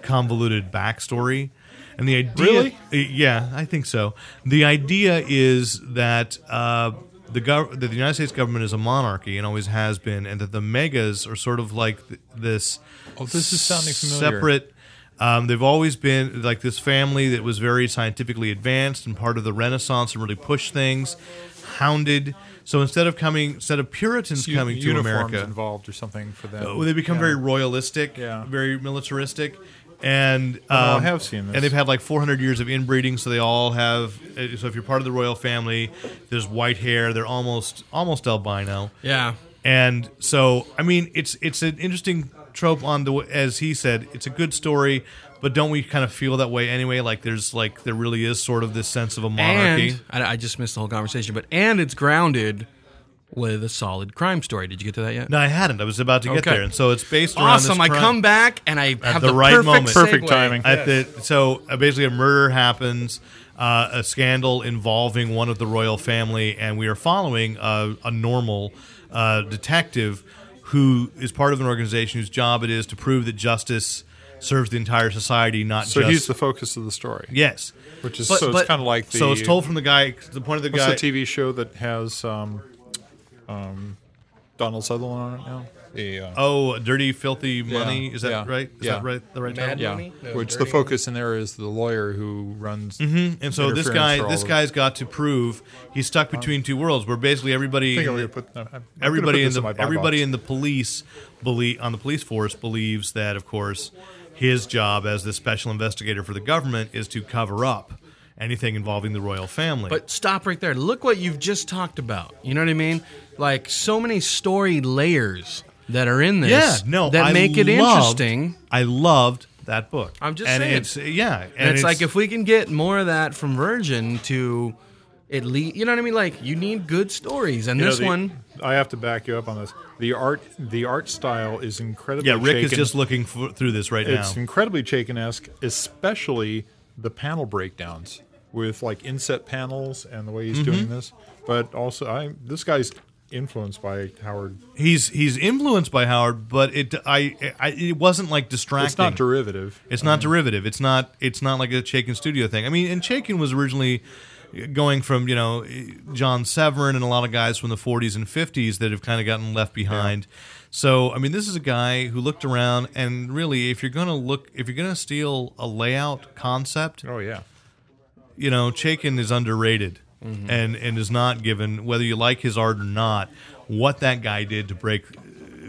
convoluted backstory. And the idea,
Really?
Uh, yeah, I think so. The idea is that uh, the gov- that the United States government is a monarchy and always has been, and that the megas are sort of like th- this.
Oh, this is sounding familiar.
Separate. Um, they've always been like this family that was very scientifically advanced and part of the Renaissance and really pushed things, hounded. So instead of coming, instead of Puritans
U-
coming to
uniforms
America,
involved or something for them.
Oh, they become
Yeah.
very royalistic,
Yeah. Oh,
very militaristic, and um,
I have seen this.
And they've had like 400 years of inbreeding, so they all have. uh, So if you're part of the royal family, there's white hair. They're almost almost albino,
Yeah.
and so I mean, it's it's an interesting trope on the as he said, it's a good story. But don't we kind of feel that way anyway? Like there's like there really is sort of this sense of a monarchy.
And I, I just missed the whole conversation, but and it's grounded with a solid crime story. Did you get to that yet?
No, I hadn't. I was about to get
Okay.
there, and so it's based around this
Awesome! I
crime-
come back and I have
the
the,
right
perfect
moment.
Perfect
segue.
timing.
at the so uh, basically a murder happens uh, a scandal involving one of the royal family and we are following a, a normal uh, detective who is part of an organization whose job it is to prove that justice serves the entire society not
So
just
he's the focus of the story,
yes
which is
But-
so
but-
it's kind of like the
so it's told from the guy the point of the
what's
guy
the TV show that has um, um, Donald Sutherland on it now? The, uh,
oh dirty filthy money is that
yeah,
right is
yeah.
that right the right
Mad
title?
yeah,
Money? No,
which the
Dirty
focus in there is the lawyer who runs.
and so this
Interference
guy
for all
this
of-
guy's got to prove he's stuck between two worlds where basically everybody
I think I'm gonna put- I'm- I'm gonna put
everybody in
this
the
my buy
everybody
box.
in the police believe on the police force believes that of course his job as the special investigator for the government is to cover up anything involving the royal family.
But stop right there. Look what you've just talked about. You know what I mean? Like so many story layers that are in this.
yeah, no,
that
I
make it
loved-
interesting.
I loved that book.
I'm just
and
saying.
it's uh, yeah, and,
And it's, like if we can get more of that from Virgin to at least, you know what I mean? Like you need good stories, and
You know,
this
the-
one,
I have to back you up on this. The art, the art style is incredibly.
yeah, Rick is
shaken.
just looking for, through this right
It's
now.
incredibly Chaikin-esque, especially the panel breakdowns with like inset panels and the way he's doing this. But also, I this guy's influenced by Howard.
He's he's influenced by Howard, but it I, I it wasn't like distracting.
It's not derivative.
It's not derivative. It's not. It's not like a Chaikin studio thing. I mean, and Chaikin was originally going from you know John Severin and a lot of guys from the 40s and 50s that have kind of gotten left behind. So I mean, this is a guy who looked around and really, if you're gonna look, if you're gonna steal a layout concept,
Oh yeah,
you know, Chaikin is underrated and and is not given whether you like his art or not. What that guy did to break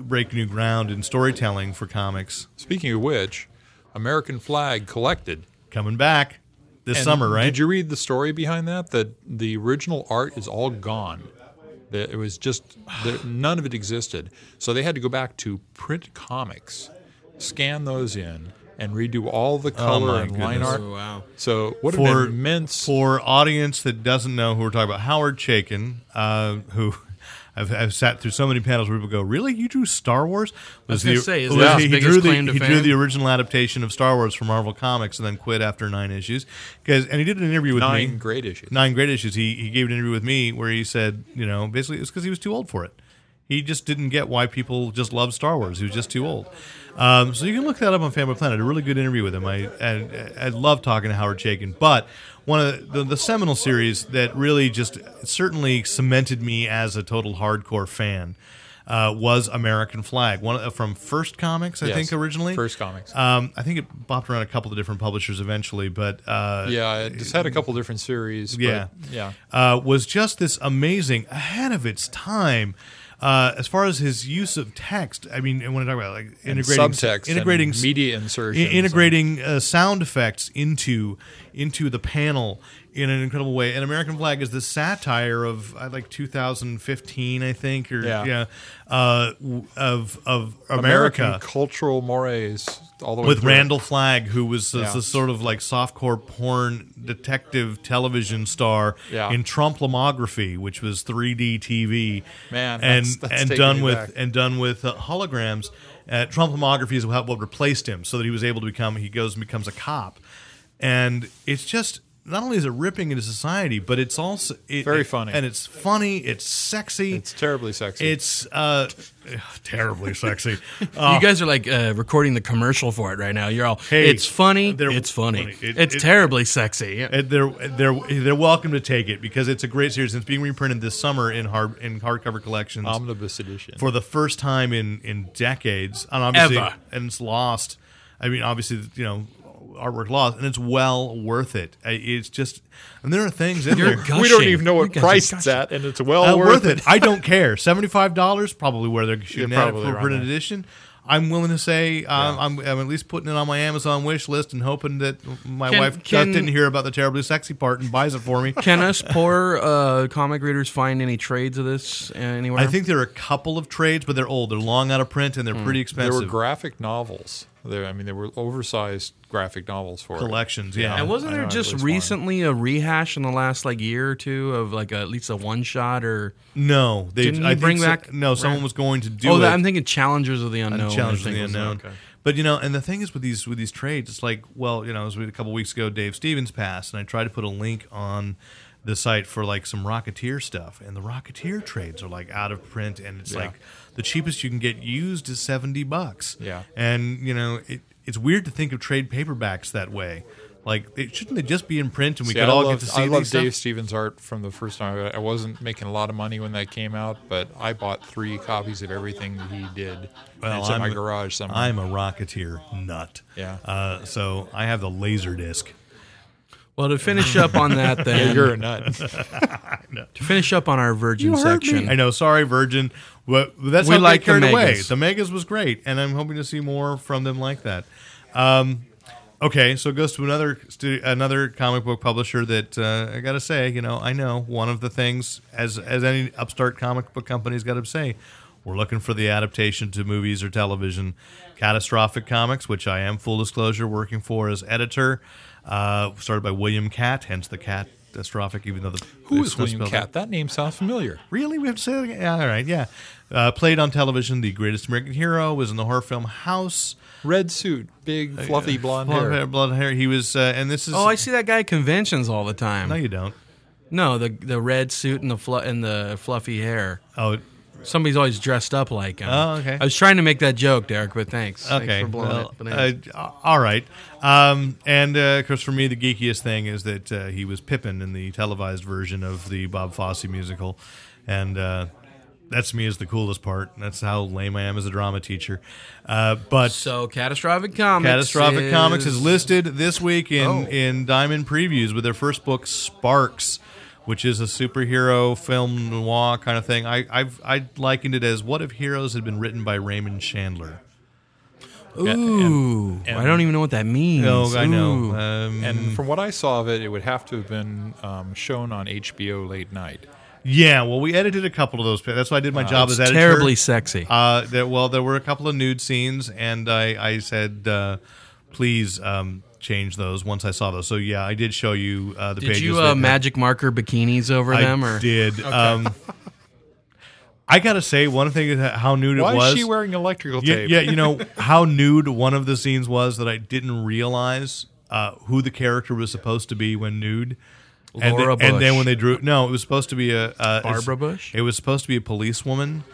break new ground in storytelling for comics
Speaking of which, American Flag collected
coming back this
And
summer, right?
Did you read the story behind that? That the original art is all gone. That it was just that none of it existed. So they had to go back to print comics, scan those in, and redo all the color
Oh my
and line
goodness.
art.
Oh, wow.
So what
For-
an immense
for audience that doesn't know who we're talking about, Howard Chaikin, uh, who I've, I've sat through so many panels where people go, "Really, you drew Star Wars?"
was
Was
gonna
the-
say,
was
isn't that his
he, he
biggest
drew the
claim to
he drew
fame?
the original adaptation of Star Wars for Marvel Comics and then quit after nine issues 'Cause- and he did an interview with me
nine great issues.
nine great issues. He he gave an interview with me where he said, you know, basically it's because he was too old for it. He just didn't get why people just love Star Wars. He was just too old. Um, so you can look that up on Family Planet. A really good interview with him. I I, I love talking to Howard Chaykin. But one of the, the, seminal series that really just certainly cemented me as a total hardcore fan uh, was American Flag. One of- from First Comics, I
Yes,
think originally.
First Comics.
Um, I think it bopped around a couple of different publishers eventually, but uh,
yeah, it just had a couple different series. but
Yeah.
yeah.
uh, was just this amazing, ahead of its time. Uh, as far as his use of text, I mean, and when I talk about like integrating
subtext,
integrating
and
s-
media
i-
insertions and-
integrating uh, sound effects into into the panel in an incredible way. And American Flag is this satire of uh, like 2015, I think, or yeah,
Yeah.
uh, w- of of America,
American cultural mores all the way
with
through.
Randall Flagg, who was this,
Yeah.
this sort of like softcore porn detective television star
Yeah.
in Trumplamography, which was 3D TV,
Man,
and
that's- that's
and
taking
done
me
with
back.
and done with uh, holograms. Uh, Trumplamography is what what replaced him, so that he was able to become he goes and becomes a cop, and it's just. Not only is it ripping into society, but it's also it,
Very
it-
funny.
and it's funny. It's sexy.
It's terribly sexy.
It's uh, terribly sexy.
you guys are like uh, recording the commercial for it right now. You're all,
Oh. Hey,
it's funny,
they're-
it's funny,
it-
it's
it-
terribly sexy.
Uh, they're they're they're welcome to take it because it's a great series. It's being reprinted this summer in hard in hardcover collections
omnibus edition.
for the first time in in decades, and obviously,
Ever.
and it's lost. I mean, obviously, you know, artwork lost, and it's well worth it. I- It's just, and there are things in
You're
there.
gushing.
we don't even know
You
what
guys are
price it's
gushing.
at, and it's well
Uh,
worth it.
I don't care. Seventy five dollars, probably where they're shooting
You're
at
probably
for a
around
printed
there.
edition. I'm willing to say um, I'm, I'm at least putting it on my Amazon wish list and hoping that my
Can-
wife
can-
didn't hear about the terribly sexy part and buys it for me.
Can us poor uh, comic readers find any trades of this uh, anywhere?
I think there are a couple of trades, but they're old. They're long out of print and they're pretty
There
expensive.
were graphic novels There, I mean, there were oversized graphic novels for
collections.
it.
Yeah,
And wasn't
I
there
know at
just
least one.
recently a rehash in the last like year or two of like a, at least a one shot or
no, they
Didn't
I
you
think
bring
so-
back-
no. Someone was going to do.
oh,
it.
that, I'm thinking Challengers of the Unknown. I
challenge
think
the
was that.
unknown.
okay.
But you know, and the thing is with these with these trades, it's like, well, you know, as we a couple weeks ago, Dave Stevens passed, and I tried to put a link on the site for like some Rocketeer stuff, and the Rocketeer trades are like out of print, and it's
Yeah.
like the cheapest you can get used is seventy bucks.
Yeah.
and you know, it, it's weird to think of trade paperbacks that way. Like, it, shouldn't they just be in print, and we
See,
could
I
all
loved-
get to see
I love
these
Dave
stuff?
Stevens' art from the first time. I I wasn't making a lot of money when that came out, but I bought three copies of everything that he did. and it's in my
a-
garage somewhere.
I'm a Rocketeer nut.
Yeah.
Uh, so I have the laser disc.
Well, to finish up on that, then
yeah, you're a nut.
to finish up on our Virgin section,
I know. Sorry, Virgin. But that's
We
how
like
like
the
carried away.
Megas.
The Megas was great, and I'm hoping to see more from them like that. Um, okay, so it goes to another stu- another comic book publisher that uh, I gotta say, you know, I know one of the things as as any upstart comic book company's got to say. We're looking for the adaptation to movies or television. Catastrophic Comics, which I am full disclosure working for as editor, uh, started by William Cat, hence the catastrophic, even though the
Who
it's
is
not
William
spelled out.
Cat? That name sounds familiar.
Really? We have to say that again? Yeah, all right, yeah. Uh, played on television, The Greatest American Hero, was in the horror film House.
Red suit, big fluffy blonde
Oh, Blonde
hair.
hair, blonde hair. He was, uh, and this is.
Oh, I see that guy at conventions all the time.
No, you don't.
No, the the red suit and the flu- and the fluffy hair.
Oh,
Somebody's always dressed up like him.
Oh, okay.
I was trying to make that joke, Derek, but thanks. Thanks
okay.
for blowing
well,
it. Bananas.
uh, all right. Um, and uh, of course, for me, the geekiest thing is that uh, he was Pippin in the televised version of the Bob Fosse musical, and uh, that's to me is the coolest part. That's how lame I am as a drama teacher. Uh, but
so catastrophic comics.
Catastrophic
is,
Comics is listed this week in,
Oh.
in Diamond Previews with their first book, Sparks, which is a superhero film noir kind of thing. I, I've I likened it as What If Heroes had been written by Raymond Chandler?
Ooh,
and-
I don't even know what that means.
No, Oh, I
Hmm. Ooh.
know. Um,
And from what I saw of it, it would have to have been um, shown on HBO late night.
yeah, well, we edited a couple of those. That's why I did my job as
It's
editor.
terribly sexy.
Uh, there, well, there were a couple of nude scenes, and I, I said, uh, please um, change those once I saw those. So, yeah, I did show you uh, the
Did
pages.
you
that-
uh, magic marker bikinis over them
I
or?
did. Um, I gotta say, one thing is how nude
Why
it was.
is she wearing electrical
yeah,
tape?
yeah, you know how nude one of the scenes was that I didn't realize uh, who the character was supposed to be when nude. And,
Laura
then- and then
Bush.
when they drew, no, it was supposed to be a uh,
Barbara Bush?
It was supposed to be a policewoman,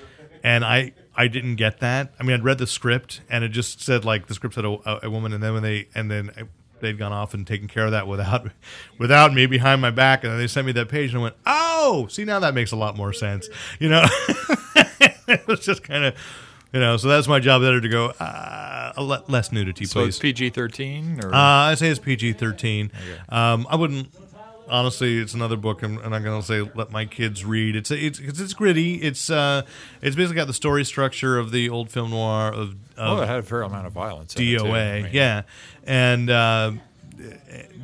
and I I didn't get that. I mean, I'd read the script, and it just said like the script said a, a woman, and then when they and then I, they'd gone off and taken care of that without without me behind my back, and then they sent me that page, and I went, oh, see now that makes a lot more sense, you know. it was just kind of. You know, so that's my job editor to go uh, a le- less nudity,
So
please.
it's PG 13 or
Uh, I say it's PG thirteen. Um, I wouldn't. Honestly, it's another book. I'm, I'm not going to say let my kids read. It's it's 'cause it's gritty. It's uh, it's basically got the story structure of the old film noir of,
oh, it
of
had a fair amount of violence. in it, too.
DOA.
I mean,
Yeah, and uh,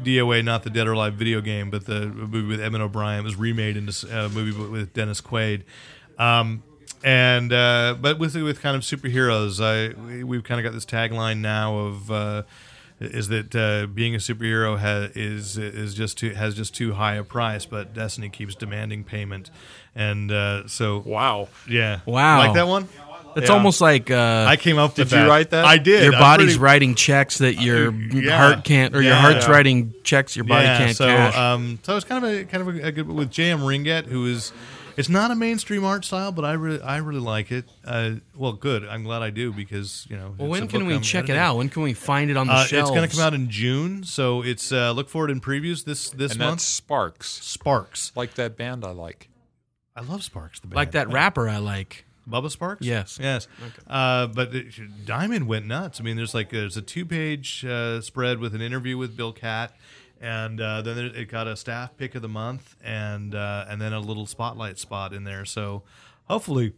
DOA, not the Dead or Alive video game, but the movie with Edmund O'Brien It was remade into a movie with Dennis Quaid. Um, and uh, but with with kind of superheroes, I we- we've kind of got this tagline now of uh, is that uh, being a superhero ha- is is just too, has just too high a price, but Destiny keeps demanding payment, and uh, so
Wow.
yeah,
Wow.
like that one.
It's
Yeah.
almost like uh,
I came up with
Did you write that?
I did.
your
I'm
body's
pretty-
writing checks that your
yeah.
heart can't, or your
Yeah.
heart's writing checks your body
yeah,
can't
so,
cash.
Um, so it's kind of a kind of a, a good with J.M. Ringget, who is it's not a mainstream art style, but I really I really like it. Uh, well, good. I'm glad I do because you know.
Well,
it's a
when can
book
we
I'm
check it
editing.
out? When can we find it on the
Uh,
shelves?
it's going to come out in June, so it's uh, look forward in previews this this
And that's
month.
Sparks,
Sparks.
like that band I like.
I love Sparks. The band.
like that rapper I like.
Bubba Sparks?
Yes.
Yes. Uh, but it, Diamond went nuts. I mean, there's like there's a two page uh, spread with an interview with Bill Catt, and uh, then it it got a staff pick of the month, and uh, and then a little spotlight spot in there. So hopefully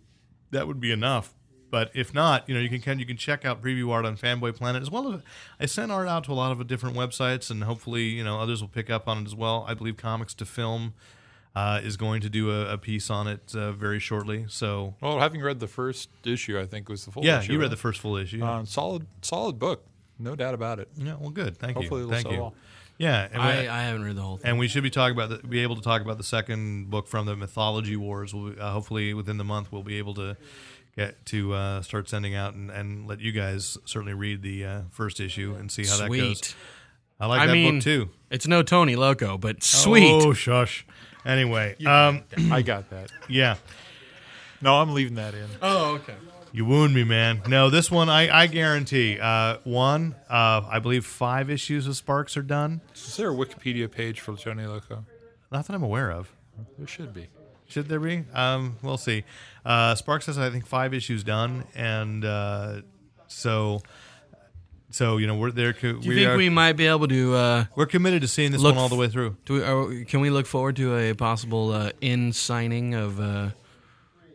that would be enough. But if not, you know you can- can you can check out preview art on Fanboy Planet as well as I sent art out to a lot of different websites, and hopefully you know others will pick up on it as well. I believe Comics to Film uh, is going to do a, a piece on it uh, very shortly. So
Well, having read the first issue, I think was the full
yeah,
issue. Uh,
you read
right?
the first full issue.
Uh, solid, solid book. No doubt about it.
Yeah, well, good. Thank
Hopefully
you.
it'll
Thank
sell
you.
well.
Yeah, and,
I,
we,
I haven't read the whole thing.
and we should be talking about the, be able to talk about the second book from the Mythology Wars. We'll, be- uh, hopefully, within the month, we'll be able to get to uh, start sending out and, and let you guys certainly read the uh, first issue and see how that goes.
Sweet.
I like
I
that
mean,
book too.
it's no Tony Loco, but sweet.
Oh, shush. Anyway, um,
I got that.
yeah.
No, I'm leaving that in.
oh okay.
You wound me, man. No, this one I, I guarantee. Uh, one, uh, I believe five issues of Sparks are done.
Is there a Wikipedia page for Tony Loco?
Not that I'm aware of.
There should be.
Should there be? Um, we'll see. Uh, Sparks has I think five issues done, and uh, so so you know we're there. Co-
Do you
we
think
are,
we might be able to? Uh,
we're committed to seeing this
Look
one all the
f-
way through.
do we, are, can we look forward to a possible uh, in signing of uh,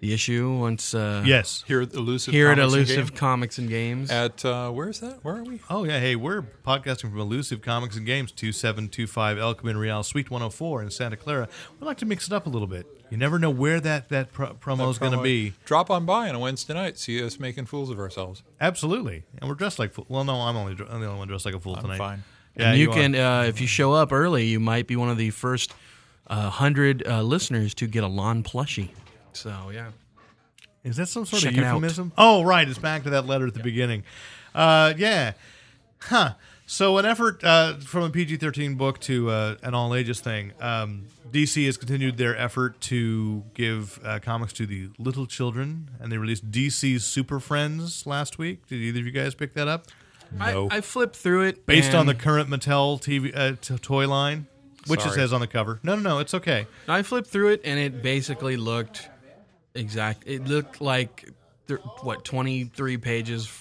the issue once? Uh,
Yes.
Here at Elusive.
Here at
Comics and
Elusive
Game.
Comics and Games.
At uh, where is that? Where are we?
Oh yeah. Hey, we're podcasting from Elusive Comics and Games, two seven two five El Camino Real, Suite one hundred four in Santa Clara. We'd like to mix it up a little bit. You never know where that that pro- promo is going to
Promo-
be.
Oh, Drop on by on a Wednesday night. See us making fools of ourselves.
Absolutely. And we're dressed like fool. Well, no, I'm only dr- I'm the only one dressed like a fool tonight.
fine.
Yeah,
and you,
are.
can, uh, if you show up early, you might be one of the first uh, hundred uh, listeners to get a lawn plushie. So yeah,
Is that some sort
Check
of
it out.
euphemism? Oh, right. It's back to that letter at the beginning. Uh, yeah. Huh. So, an effort uh, from a PG 13 book to uh, an all ages thing, um, DC has continued their effort to give uh, comics to the little children, and they released DC's Super Friends last week. Did either of you guys pick that up?
No.
I, I flipped through it
Based on
and
the current Mattel TV uh, t- toy line, which it
Sorry.
says on the cover. No, no, no. It's okay.
I flipped through it, and it basically looked exact. It looked like th- what twenty three pages,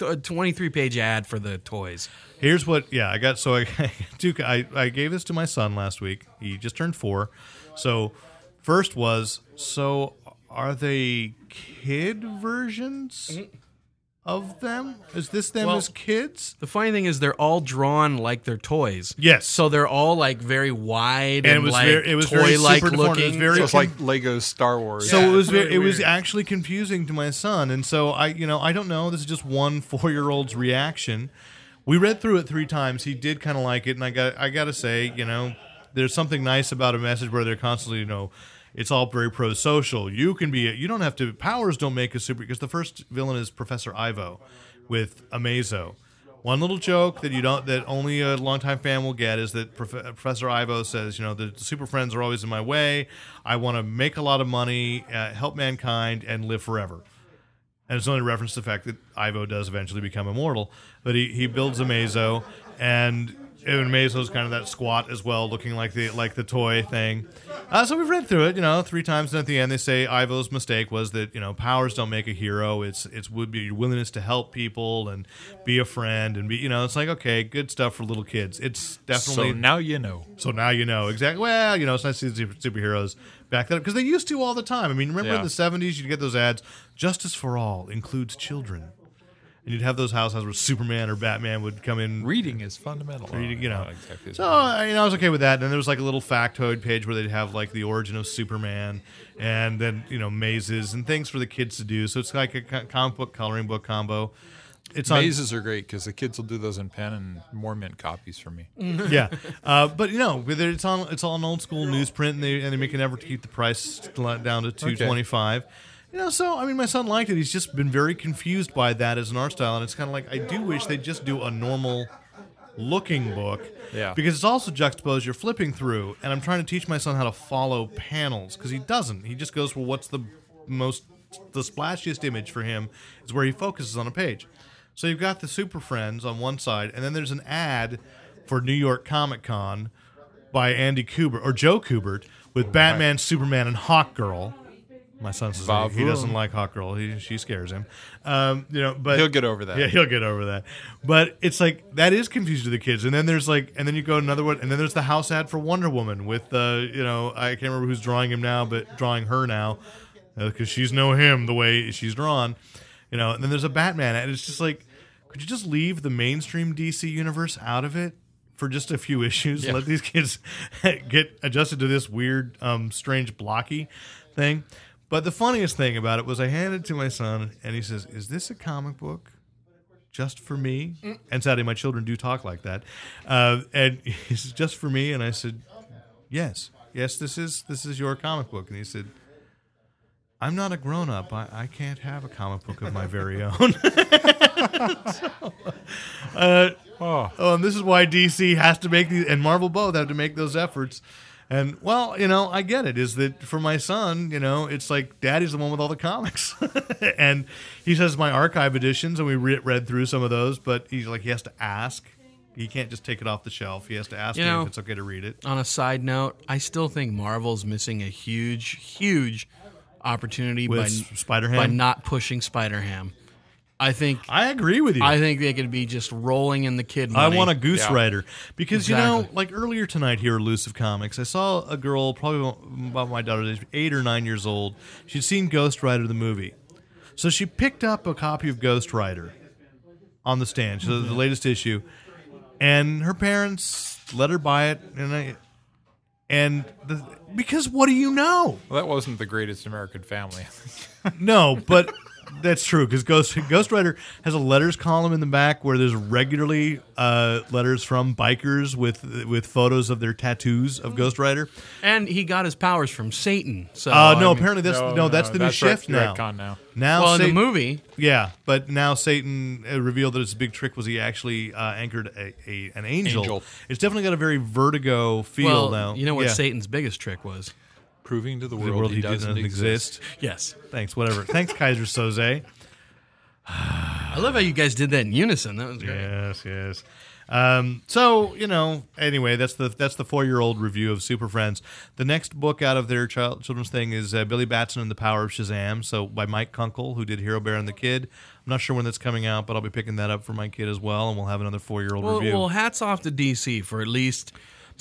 a twenty three page ad for the toys.
Here's what, yeah, I got. So I, Duke, I, I gave this to my son last week. He just turned four. So first was, so are they kid versions of them? Is this them
Well-
as kids?
The funny thing is, they're all drawn like they're toys.
Yes.
So they're all like very wide and,
And it was
like
very- it was very
toy-like
super deformed. It was
looking.
very-
So it's like Lego Star Wars.
So
Yeah,
it was
it's
very,
really
it was
weird.
actually confusing to my son, and so I you know I don't know. This is just one four year old's reaction. We read through it three times. He did kind of like it, and I got I got to say you know there's something nice about a message where they're constantly you know. It's all very pro-social. You can be. A, you don't have to. Powers don't make a super because the first villain is Professor Ivo, with Amazo. One little joke that you don't that only a longtime fan will get is that Prof- Professor Ivo says, you know, the super friends are always in my way. I want to make a lot of money, uh, help mankind, and live forever. And it's only a reference to the fact that Ivo does eventually become immortal. But he, he builds Amazo, and and Amazo's kind of that squat as well, looking like the like the toy thing. Uh, so we've read through it, you know, three times, and at the end they say Ivo's mistake was that you know powers don't make a hero. It's it's would be your willingness to help people and be a friend and be you know it's like okay, good stuff for little kids. It's
So
definitely
now you know.
so now you know exactly. Well, you know, it's nice to see the super- superheroes back that up because they used to all the time. I mean, remember in
Yeah.
the seventies, you'd get those ads: "Justice for all includes children," and you'd have those houses where Superman or Batman would come in.
Reading is fundamental.
reading, you know,
Not Oh, exactly.
so uh, I- you know, I was okay with that. And then there was like a little factoid page where they'd have like the origin of Superman, and then you know mazes and things for the kids to do. So it's like a co- comic book coloring book combo. It's on,
Mazes are great because the kids will do those in pen and more mint copies for me.
yeah, uh, but you know, whether it's on it's on old school newsprint, and they and they make an effort to keep the price down to two twenty five. You know, so I mean, my son liked it. He's just been very confused by that as an art style, and it's kind of like I do wish they would just do a normal looking book.
Yeah.
Because it's also juxtaposed. You're flipping through, and I'm trying to teach my son how to follow panels because he doesn't. He just goes, well, what's the most the splashiest image for him is where he focuses on a page. So you've got the Super Friends on one side, and then there's an ad for New York Comic Con by Andy Kubert or Joe Kubert with Batman, Superman, and Hawk Girl. My son says he- he
Vavoom.
doesn't like Hawk Girl. He, she scares him. Um, you know, but
He'll get over that.
Yeah, he'll get over that. But it's like that is confused to the kids. And then there's like, and then you go another one, and then there's the house ad for Wonder Woman with uh, you know, I can't remember who's drawing him now, but drawing her now because she's no him the way she's drawn, you know. And then there's a Batman ad. It's just like, could you just leave the mainstream DC universe out of it? For just a few issues, let these kids get adjusted to this weird, um, strange blocky thing. But the funniest thing about it was I handed it to my son, and he says, "Is this a comic book?" just for me. And sadly, my children do talk like that. Uh, and he says, just for me. And I said, yes, yes, this is this is your comic book. And he said, I'm not a grown up. I, I can't have a comic book of my very own.
Oh,
Oh, and this is why DC has to make these, and Marvel both have to make those efforts. And well, you know, I get it. Is that for my son? You know, it's like Daddy's the one with all the comics, and he says my archive editions, and we re- read through some of those. But he's like, he has to ask. He can't just take it off the shelf. He has to ask
You
me
know-
if it's okay to read it.
On a side note, I still think Marvel's missing a huge, huge opportunity
With
by
S- Spider-Ham?
by not pushing Spider Ham. I think
I agree with you.
I think they could be just rolling in the kid.
I
Money.
want a goose
Yeah.
rider because you know,
Exactly.
like earlier tonight here at Elusive Comics, I saw a girl probably about my daughter's age, eight or nine years old. She'd seen Ghost Rider the movie, so she picked up a copy of Ghost Rider on the stand, so
Mm-hmm.
the latest issue, and her parents let her buy it, and I, and the, because what do you know?
well, that wasn't the greatest American family.
No, but that's true because Ghost Ghost Rider has a letters column in the back where there's regularly uh, letters from bikers with with photos of their tattoos of Ghost Rider.
and he got his powers from Satan. So
Uh,
Oh,
no,
I mean-
apparently that's no, that's the new shift now.
Retcon now.
Now,
well, in the
Satan-
movie,
yeah, but now Satan uh, revealed that his big trick was he actually uh, anchored a, a an angel.
Angel.
It's definitely got a very Vertigo feel
well,
now.
you know what
Yeah.
Satan's biggest trick was?
Proving to the world,
the world
he, doesn't, exist.
Yes,
Thanks, whatever. Thanks, Kaiser Soze.
I love how you guys did that in unison. That was great.
Yes, yes. Um, so you know, anyway, that's the that's the four year old review of Super Friends. The next book out of their child, children's thing is uh, Billy Batson and the Power of Shazam. So by Mike Kunkel, who did Hero Bear and the Kid. I'm not sure when that's coming out, but I'll be picking that up for my kid as well, and we'll have another four year old
Well,
review.
well, hats off to DC for at least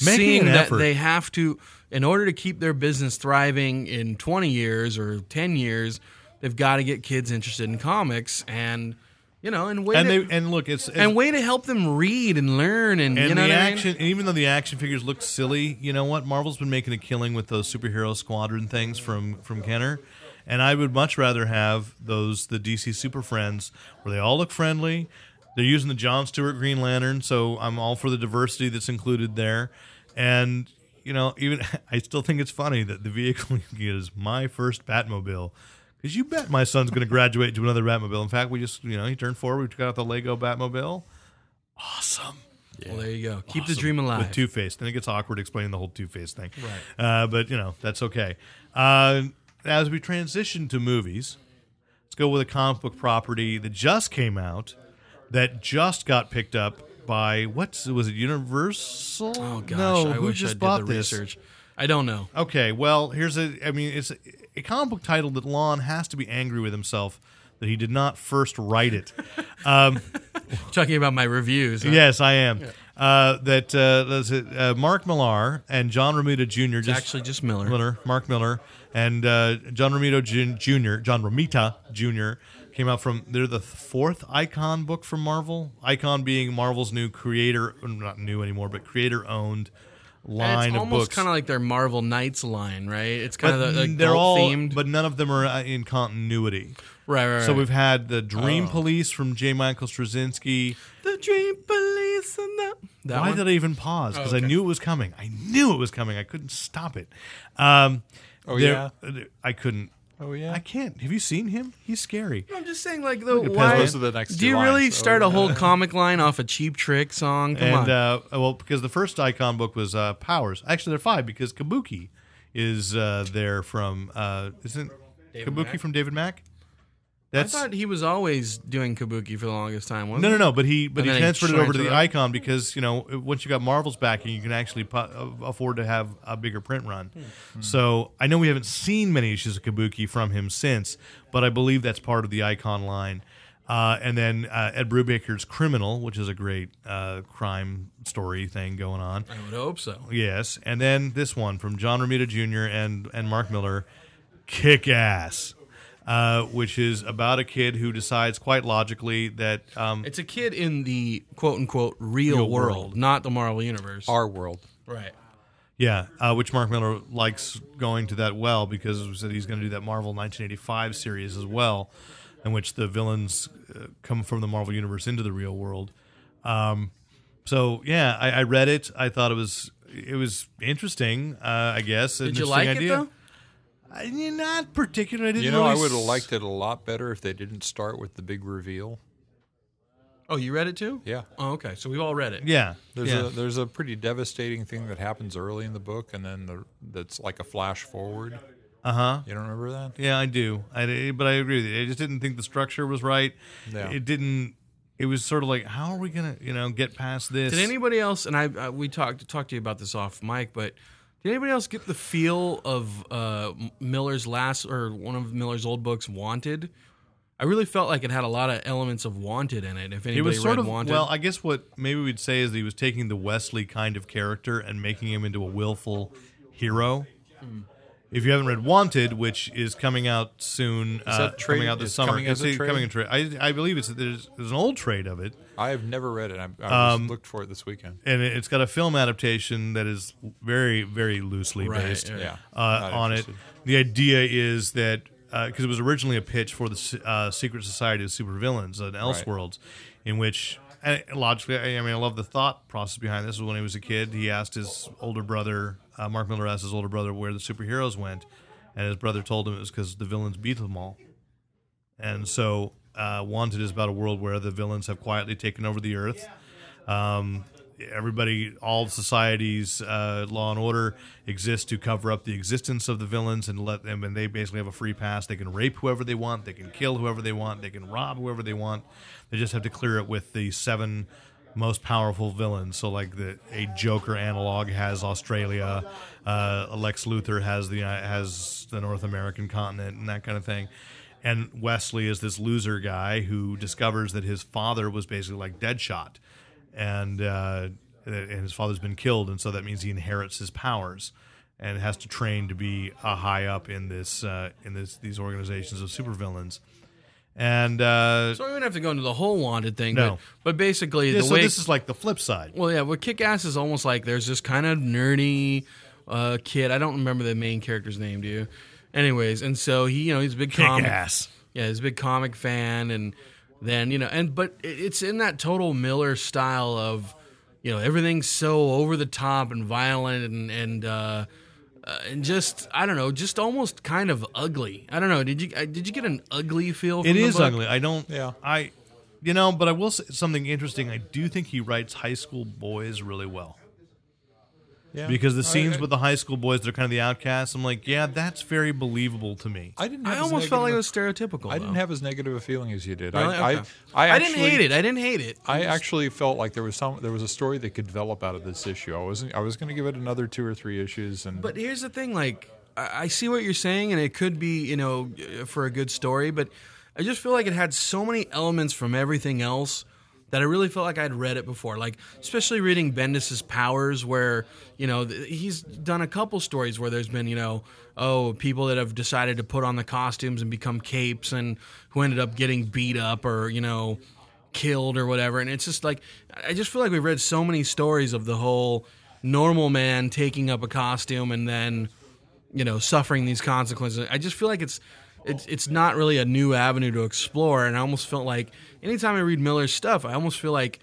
Making
seeing
an
that
effort.
they have to, in order to keep their business thriving in 20 years or 10 years, they've got to get kids interested in comics and, you know, and way,
and
to,
they and look, it's, it's
and way to help them read and learn and,
And
you know
the
what I mean?
action, and even though the action figures look silly, you know what? Marvel's been making a killing with those superhero squadron things from from Kenner, and I would much rather have those the DC Super Friends where they all look friendly. They're using the John Stewart Green Lantern, so I'm all for the diversity that's included there. And you know, even I still think it's funny that the vehicle is my first Batmobile. Because you bet my son's going to graduate to another Batmobile. In fact, we just, you know, he turned four. We took out the Lego Batmobile. Awesome.
Well, there you go. Keep the dream alive.
With Two Face. Then it gets awkward explaining the whole Two Face thing. Right. Uh, but, you know, that's okay. Uh, as we transition to movies, let's go with a comic book property that just came out, that just got picked up by, what was it, Universal?
oh, gosh.
no,
I
who
wish I
just
did
bought
the
this?
research. I don't know.
Okay, well, here's a. I mean, it's a, a comic book title that Lon has to be angry with himself that he did not first write it.
Talking about my reviews. huh?
yes, I am. Uh, that uh, that's it, uh, Mark Millar and John Romita Jr.
It's
just
actually just Miller.
Miller, Mark Miller, and uh, John Romito Jun- Jr. John Romita Jr. came out from they're the fourth Icon book from Marvel. Icon being Marvel's new creator, mm, not new anymore, but creator owned
And
line
it's
of
almost
books.
kind of like their Marvel Knights line, right? It's kind
But
of the, like
they're all
themed.
but none of them are uh, in continuity.
right, right, Oh. right.
So we've had the Dream Police from J. Michael Straczynski.
The dream police and the that
Why
one? Oh,
did I even pause? Because I knew it was coming. I knew it was coming. I couldn't stop it. Um,
Oh,
yeah, I couldn't.
Oh, yeah?
I can't. Have you seen him? He's scary.
I'm just saying, like the
at
why?
Pez.
Those are the next
do
two
you really
lines, so-
start a whole comic line off a cheap trick song? Come
and
on,
uh, well, because the first icon book was uh, Powers. Actually, they're five because Kabuki is uh, there from uh, isn't Kabuki
Mack?
from David Mack?
I
That's
thought he was always doing kabuki for the longest time. Wasn't
no, no,
he?
no. But he but
And
he
then he
transferred it over to
transferred
the
it.
icon because you know once you got Marvel's backing, you can actually po- uh, afford to have a bigger print run.
Hmm.
So I know we haven't seen many issues of Kabuki from him since, but I believe that's part of the icon line. Uh, and then uh, Ed Brubaker's Criminal, which is a great uh, crime story thing going on.
I would hope so.
Yes, and then this one from John Romita Jr. and and Mark Miller, Kick Ass, uh, which is about a kid who decides quite logically that um,
It's a kid in the quote unquote real,
Real
world,
world.
not the Marvel universe.
Our world.
right.
yeah, uh, which Mark Miller likes going to that well because he said he's going to do that Marvel 1985 series as well. in which the villains uh, come from the Marvel universe into the real world. Um, so yeah, I, I read it. I thought it was it was interesting. Uh, I guess. an
Did you
interesting
like
idea.
it though?
I, not particularly. I didn't
You know, I
really
would have
s-
liked it a lot better if they didn't start with the big reveal.
Oh, you read it too?
Yeah.
Oh, okay. So we've all read it.
Yeah,
There's
yeah.
a there's a pretty devastating thing that happens early in the book, and then the, that's like a flash forward.
uh huh.
You don't remember that?
Yeah, I do. I d- but I agree with you. I just didn't think the structure was right.
Yeah.
It didn't. It was sort of like, how are we gonna, you know, get past this?
Did anybody else? And I, I we talked talked to you about this off mic, but did anybody else get the feel of uh, M- Miller's last or one of Miller's old books, Wanted? I really felt like it had a lot of elements of Wanted in it. If anybody
It was sort
read
of
Wanted,
well. I guess what maybe we'd say is that he was taking the Wesley kind of character and making him into a willful hero. If you haven't read Wanted, which is coming out soon, uh,
that trade-
coming out this
is
summer,
coming as a
It's
trade?
coming in trade. I, I believe it's there's, there's an old trade of it,
I have never read it. I, I
Um,
just looked for it this weekend.
and it- it's got a film adaptation that is very very loosely
Right,
based.
yeah.
Yeah,
uh,
Not
on it.
interested.
The idea is that because it was originally a pitch for the s- uh, Secret Society of Supervillains and Elseworlds, in which and it- logically, I I mean, I love the thought process behind this. When he was a kid, he asked his older brother, uh, Mark Miller asked his older brother where the superheroes went, and his brother told him it was because the villains beat them all. And so, uh, Wanted is about a world where the villains have quietly taken over the earth. Um, everybody, all of society's uh, law and order exists to cover up the existence of the villains and let them, and they basically have a free pass. They can rape whoever they want, they can kill whoever they want, they can rob whoever they want. They just have to clear it with the seven most powerful villains. So, like the a Joker analog has Australia, uh, Lex Luthor has the uh, has the North American continent, and that kind of thing. And Wesley is this loser guy who discovers that his father was basically like Deadshot and uh, and his father's been killed, and so that means he inherits his powers and has to train to be a high up in this uh, in this these organizations of supervillains. And uh,
so we wouldn't have to go into the whole Wanted thing.
No.
but, but basically
yeah,
the
so
way
this is like the flip side.
Well, yeah, well, Kick Ass is almost like there's this kind of nerdy uh, kid. I don't remember the main character's name, do you? Anyways, and so he, you know, he's a big comic.
ass.
Yeah, he's a big comic fan, and then you know, and but it- it's in that total Miller style of, you know, everything's so over the top and violent and and uh, uh, and just I don't know, just almost kind of ugly. I don't know. Did you uh, did you get an ugly feel? From
It
the
is
book?
ugly. I don't.
Yeah.
I, you know, but I will say something interesting. I do think he writes high school boys really well.
Yeah,
Because the scenes
I,
with the high school boys, they're kind of the outcasts. I'm like, yeah, that's very believable to me.
I didn't. Have
I
as
almost felt like it
negative a-
was stereotypical.
I didn't
though.
have as negative a feeling as you did.
Really?
I,
Okay.
I, I,
I
actually,
didn't hate it. I didn't hate it.
I actually felt like there was some there was a story that could develop out of this issue. I wasn't I was going to give it another two or three issues, and
But here's the thing, like I I see what you're saying, and it could be, you know, for a good story, but I just feel like it had so many elements from everything else that I really felt like I'd read it before. Like especially reading Bendis's powers, where you know th- he's done a couple stories where there's been, you know, oh people that have decided to put on the costumes and become capes, and who ended up getting beat up or you know killed or whatever. And it's just like I just feel like we've read so many stories of the whole normal man taking up a costume and then you know suffering these consequences. I just feel like it's it's it's not really a new avenue to explore. And I almost felt like anytime I read Miller's stuff, I almost feel like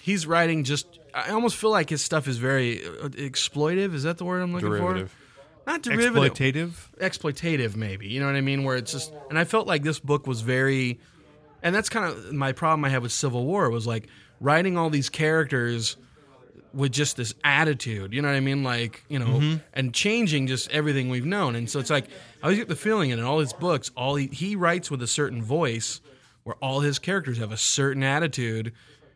he's writing just. I almost feel like his stuff is very uh, exploitive. Is that the word I'm looking
Derivative.
for? Not derivative
Exploitative.
exploitative maybe you know what i mean where it's just and i felt like this book was very and that's kind of my problem i had with civil war was like writing all these characters with just this attitude you know what i mean like you know
Mm-hmm.
and changing just everything we've known and so it's like i always get the feeling in all his books all he, he writes with a certain voice where all his characters have a certain attitude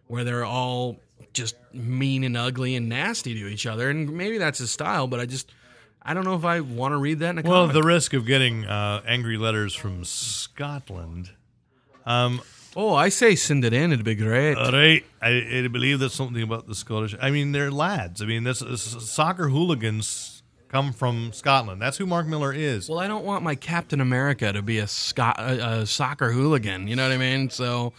where they're all just mean and ugly and nasty to each other and maybe that's his style but i just i don't know if i want to read that in a
Well,
comic.
the risk of getting uh, angry letters from Scotland.
Oh, I say send it in. It'd be great.
All right, I, I believe that's something about the Scottish. I mean, they're lads. I mean, this, this soccer hooligans come from Scotland. That's who Mark Miller is.
well, I don't want my Captain America to be a, Scot- a, a soccer hooligan. You know what I mean? So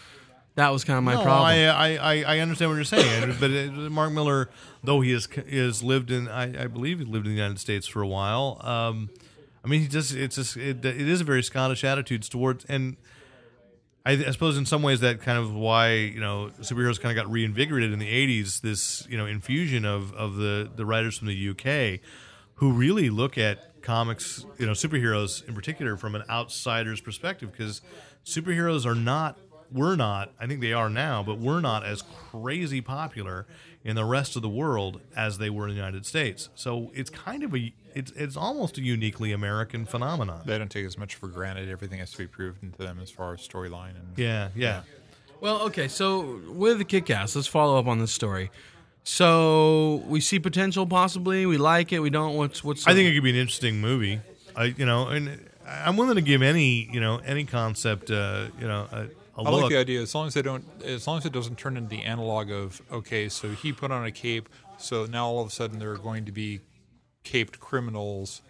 that was kind of my
no,
problem.
I, I, I- I understand what you're saying, but it, Mark Miller, though he is is lived in, I, I believe he lived in the United States for a while. Um, I mean, he just it's just, it, it is a very Scottish attitudes towards, and I, I suppose in some ways that kind of why you know superheroes kind of got reinvigorated in the '80s. This you know infusion of of the the writers from the UK, who really look at comics, you know, superheroes in particular from an outsider's perspective, because superheroes are not were not. I think they are now, but we're not as crazy popular in the rest of the world as they were in the United States. So it's kind of a it's it's almost a uniquely American phenomenon.
They don't take as much for granted. Everything has to be proven to them as far as storyline and
Yeah, yeah.
Well, okay, so with Kickass, let's follow up on this story. So we see potential, possibly we like it, we don't. What's what's?
I think it could be an interesting movie. I you know, and I'm willing to give any you know any concept uh, you know a, a
I
look.
like the idea as long as they don't, as long as it doesn't turn into the analog of okay, so he put on a cape, so now all of a sudden there are going to be caped criminals,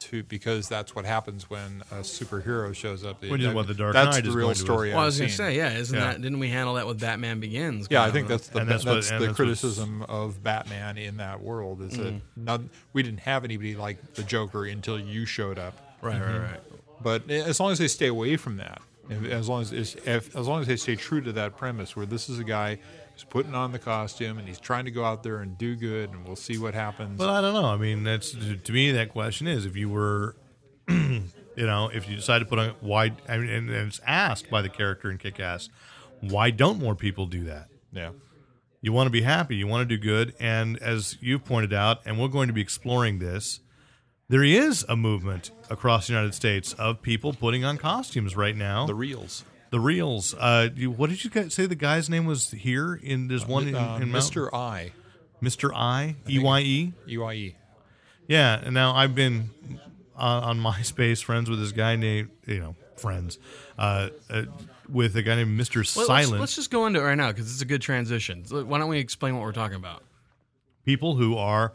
to because that's what happens when a superhero shows up.
Which is what The Dark
That's
Knight
the
is
real
going to us.
story.
well, I
I've
was gonna
seen.
say, yeah, isn't
Yeah.
that? Didn't we handle that with Batman Begins?
Yeah, I
Kinda?
think that's the
And
that's,
that's what- and
the
that's what's-
criticism of Batman in that world is
Mm.
that none, we didn't have anybody like the Joker until you showed up.
right, right,
Mm-hmm.
right.
But as long as they stay away from that, and as long as it's- if, as long as they stay true to that premise, where this is a guy who's putting on the costume and he's trying to go out there and do good, and we'll see what happens.
But I don't know. I mean, that's to to me that question is if you were, you know, if you decide to put on why, I mean, and, and it's asked by the character in Kick Ass, why don't more people do that?
yeah,
You want to be happy, you want to do good, and as you pointed out, and we're going to be exploring this. There is a movement across the United States of people putting on costumes right now.
the
The,
reels.
reels. Uh, you, what did you guys say the guy's name was here in there's one in,
Uh,
in Mountain-
Mr. I,
Mr. I E Y E.
UIE.
Yeah, and now I've been on, on MySpace friends with this guy named you know friends uh, uh, with a guy named Mister
Well, let's-
Silent.
Let's, just go into it right now because it's a good transition. So why don't we explain what we're talking about?
people who are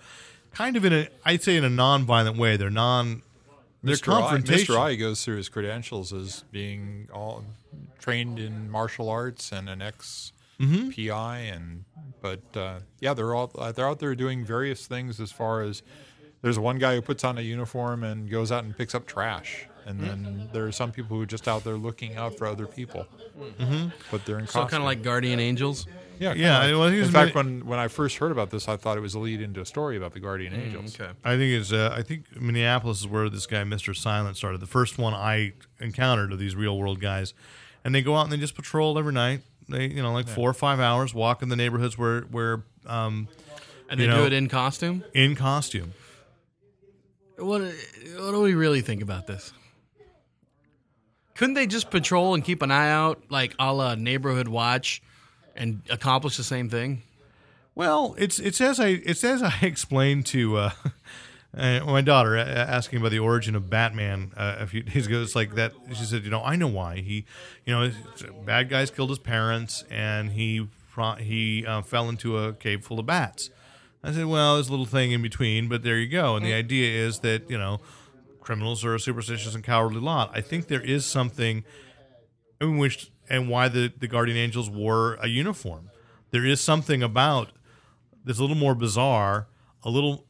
kind of in a I'd say in a non-violent way. They're non. They're
Mr. I,
confrontation.
Mr. I goes through his credentials as being all trained in martial arts and an ex
Mm-hmm.
PI, and but uh, yeah, they're all uh, they're out there doing various things as far as there's one guy who puts on a uniform and goes out and picks up trash,
Mm-hmm.
and then there are some people who are just out there looking out for other people, but they're in
So kind
costume.
of like Guardian Angels.
yeah, kinda
Mm-hmm. Yeah,
like-
I- well, I think
in
it's
fact,
made-
when when I first heard about this, I thought it was a lead into a story about the Guardian Angels.
Mm, Okay.
I think it's uh, I think Minneapolis is where this guy Mister Silent started. The first one I encountered of these real world guys, and they go out and they just patrol every night. They you know like four or five hours walk in the neighborhoods where where um,
And they
You know-
do it in costume.
in costume.
What What do we really think about this? Couldn't they just patrol and keep an eye out, like a la neighborhood watch, and accomplish the same thing?
Well, it's it's as I it's as I explained to uh, uh, my daughter uh, asking about the origin of Batman uh, a few days ago. It's like that. She said, you know, I know why he, you know, it's- bad guys killed his parents, and he pro- he uh, fell into a cave full of bats. I said, well, there's a little thing in between, but there you go.
Mm.
And the idea is that you know, criminals are a superstitious and cowardly lot. I think there is something in which and why the, the guardian angels wore a uniform there is something about that's a little more bizarre a little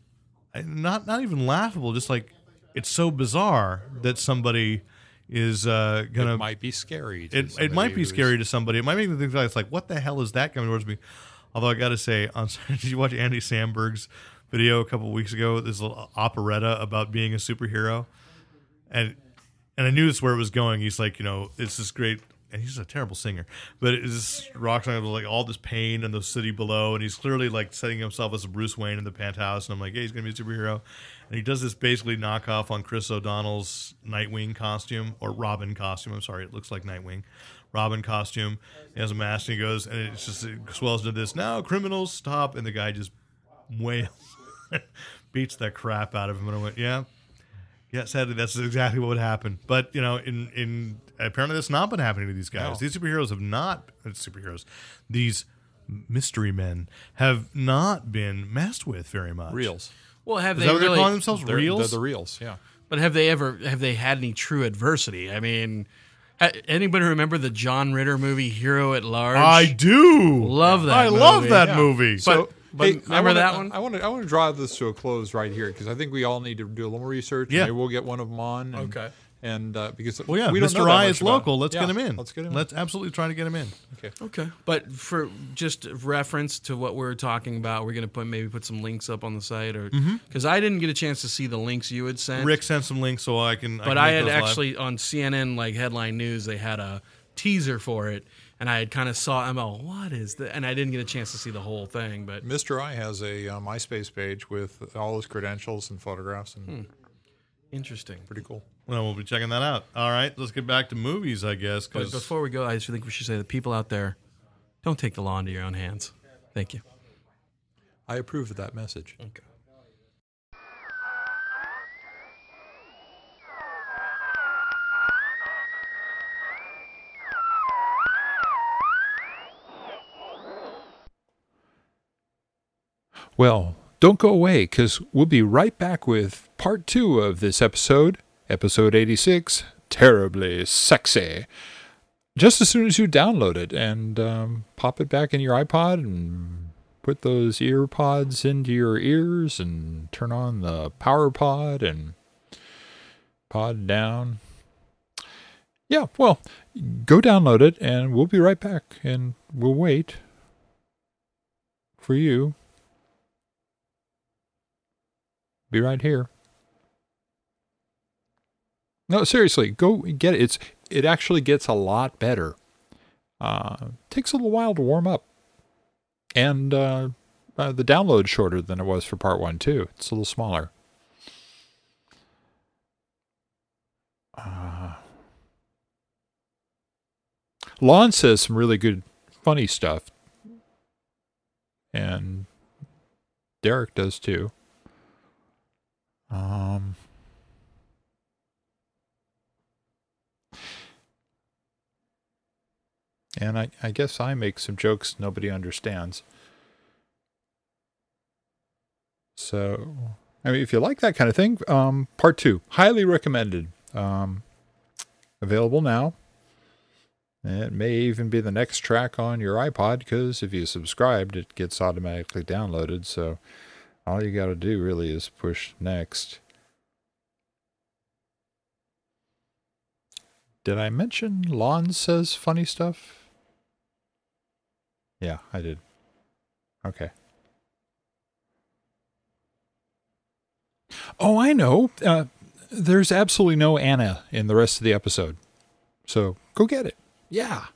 not not even laughable just like it's so bizarre that somebody is uh, gonna
It might be scary. to
it, it
somebody
might be
who's-
scary to somebody it might make them think like, it's like what the hell is that coming towards me although i gotta say on did you watch andy samberg's video a couple weeks ago this little operetta about being a superhero and and I knew this where it was going. He's like, you know, it's this great, and he's a terrible singer, but it's this rock song of like all this pain and the city below, and he's clearly like setting himself as Bruce Wayne in the penthouse, and I'm like, hey, he's gonna be a superhero, and he does this basically knockoff on Chris O'Donnell's Nightwing costume or Robin costume. I'm sorry, it looks like Nightwing. Robin costume. He has a mask and he goes, and it's just it swells into this. Now criminals stop, and the guy just wails, beats the crap out of him, and I went, yeah, yeah, sadly, that's exactly what would happen. But you know, in in apparently that's not been happening to these guys.
No.
These superheroes have not uh, superheroes. These mystery men have not been messed with very much.
reels.
Well, have
Is
they
that what
really?
they're calling themselves?
They're,
reels.
They're the reels. Yeah.
But have they ever have they had any true adversity? I mean, ha- anybody remember the John Ritter movie Hero at Large?
I do
Love that
I love
movie.
that
Yeah.
movie.
But- but
Hey,
remember
I wanna,
that one?
I want to I want to draw this to a close right here because I think we all need to do a little research. and
Yeah.
Maybe we'll get one of them on. and-
Okay.
And uh, because
Well, yeah,
we don't know
Mr.
that
I
much
is
about-
local. Let's
Yeah,
get him in.
Let's get him. in.
Let's absolutely try to get him in.
okay.
Okay. But for just reference to what we are talking about, we're going to put maybe put some links up on the site or because I didn't get a chance to see the links you had sent.
Mm-hmm. Rick sent some links so I can.
but
can
I
make
had
those live.
actually on CNN like headline news they had a teaser for it, and I had kind of saw I'm all what is that? And I didn't get a chance to see the whole thing, but
Mr. I has a uh, MySpace page with all his credentials and photographs, and
interesting.
pretty cool.
Well, we'll be checking that out. All right, let's get back to movies, I guess.
But
'cause-
before we go, I just think we should say the people out there, don't take the law into your own hands. Thank you.
I approve of that message.
Okay.
Well, don't go away because we'll be right back with part two of this episode, episode 86, Terribly Sexy. Just as soon as you download it and um, pop it back in your iPod and put those ear pods into your ears and turn on the power pod and pod down. Yeah, well, go download it and we'll be right back and we'll wait for you. Be right here. No, seriously, go get it. It's it actually gets a lot better. Uh, takes a little while to warm up, and uh, uh, the download's shorter than it was for part one too. It's a little smaller. Uh, Lon says some really good, funny stuff, and Derek does too. Um, and I, I guess I make some jokes nobody understands. So, I mean, if you like that kind of thing, um, part two, highly recommended. Um, available now. And It may even be the next track on your iPod because if you subscribed, it gets automatically downloaded. So, all you got to do really is push next. Did I mention Lon says funny stuff? Yeah, I did. Okay. Oh, I know. Uh, there's absolutely no Anna in the rest of the episode. So go get it. Yeah.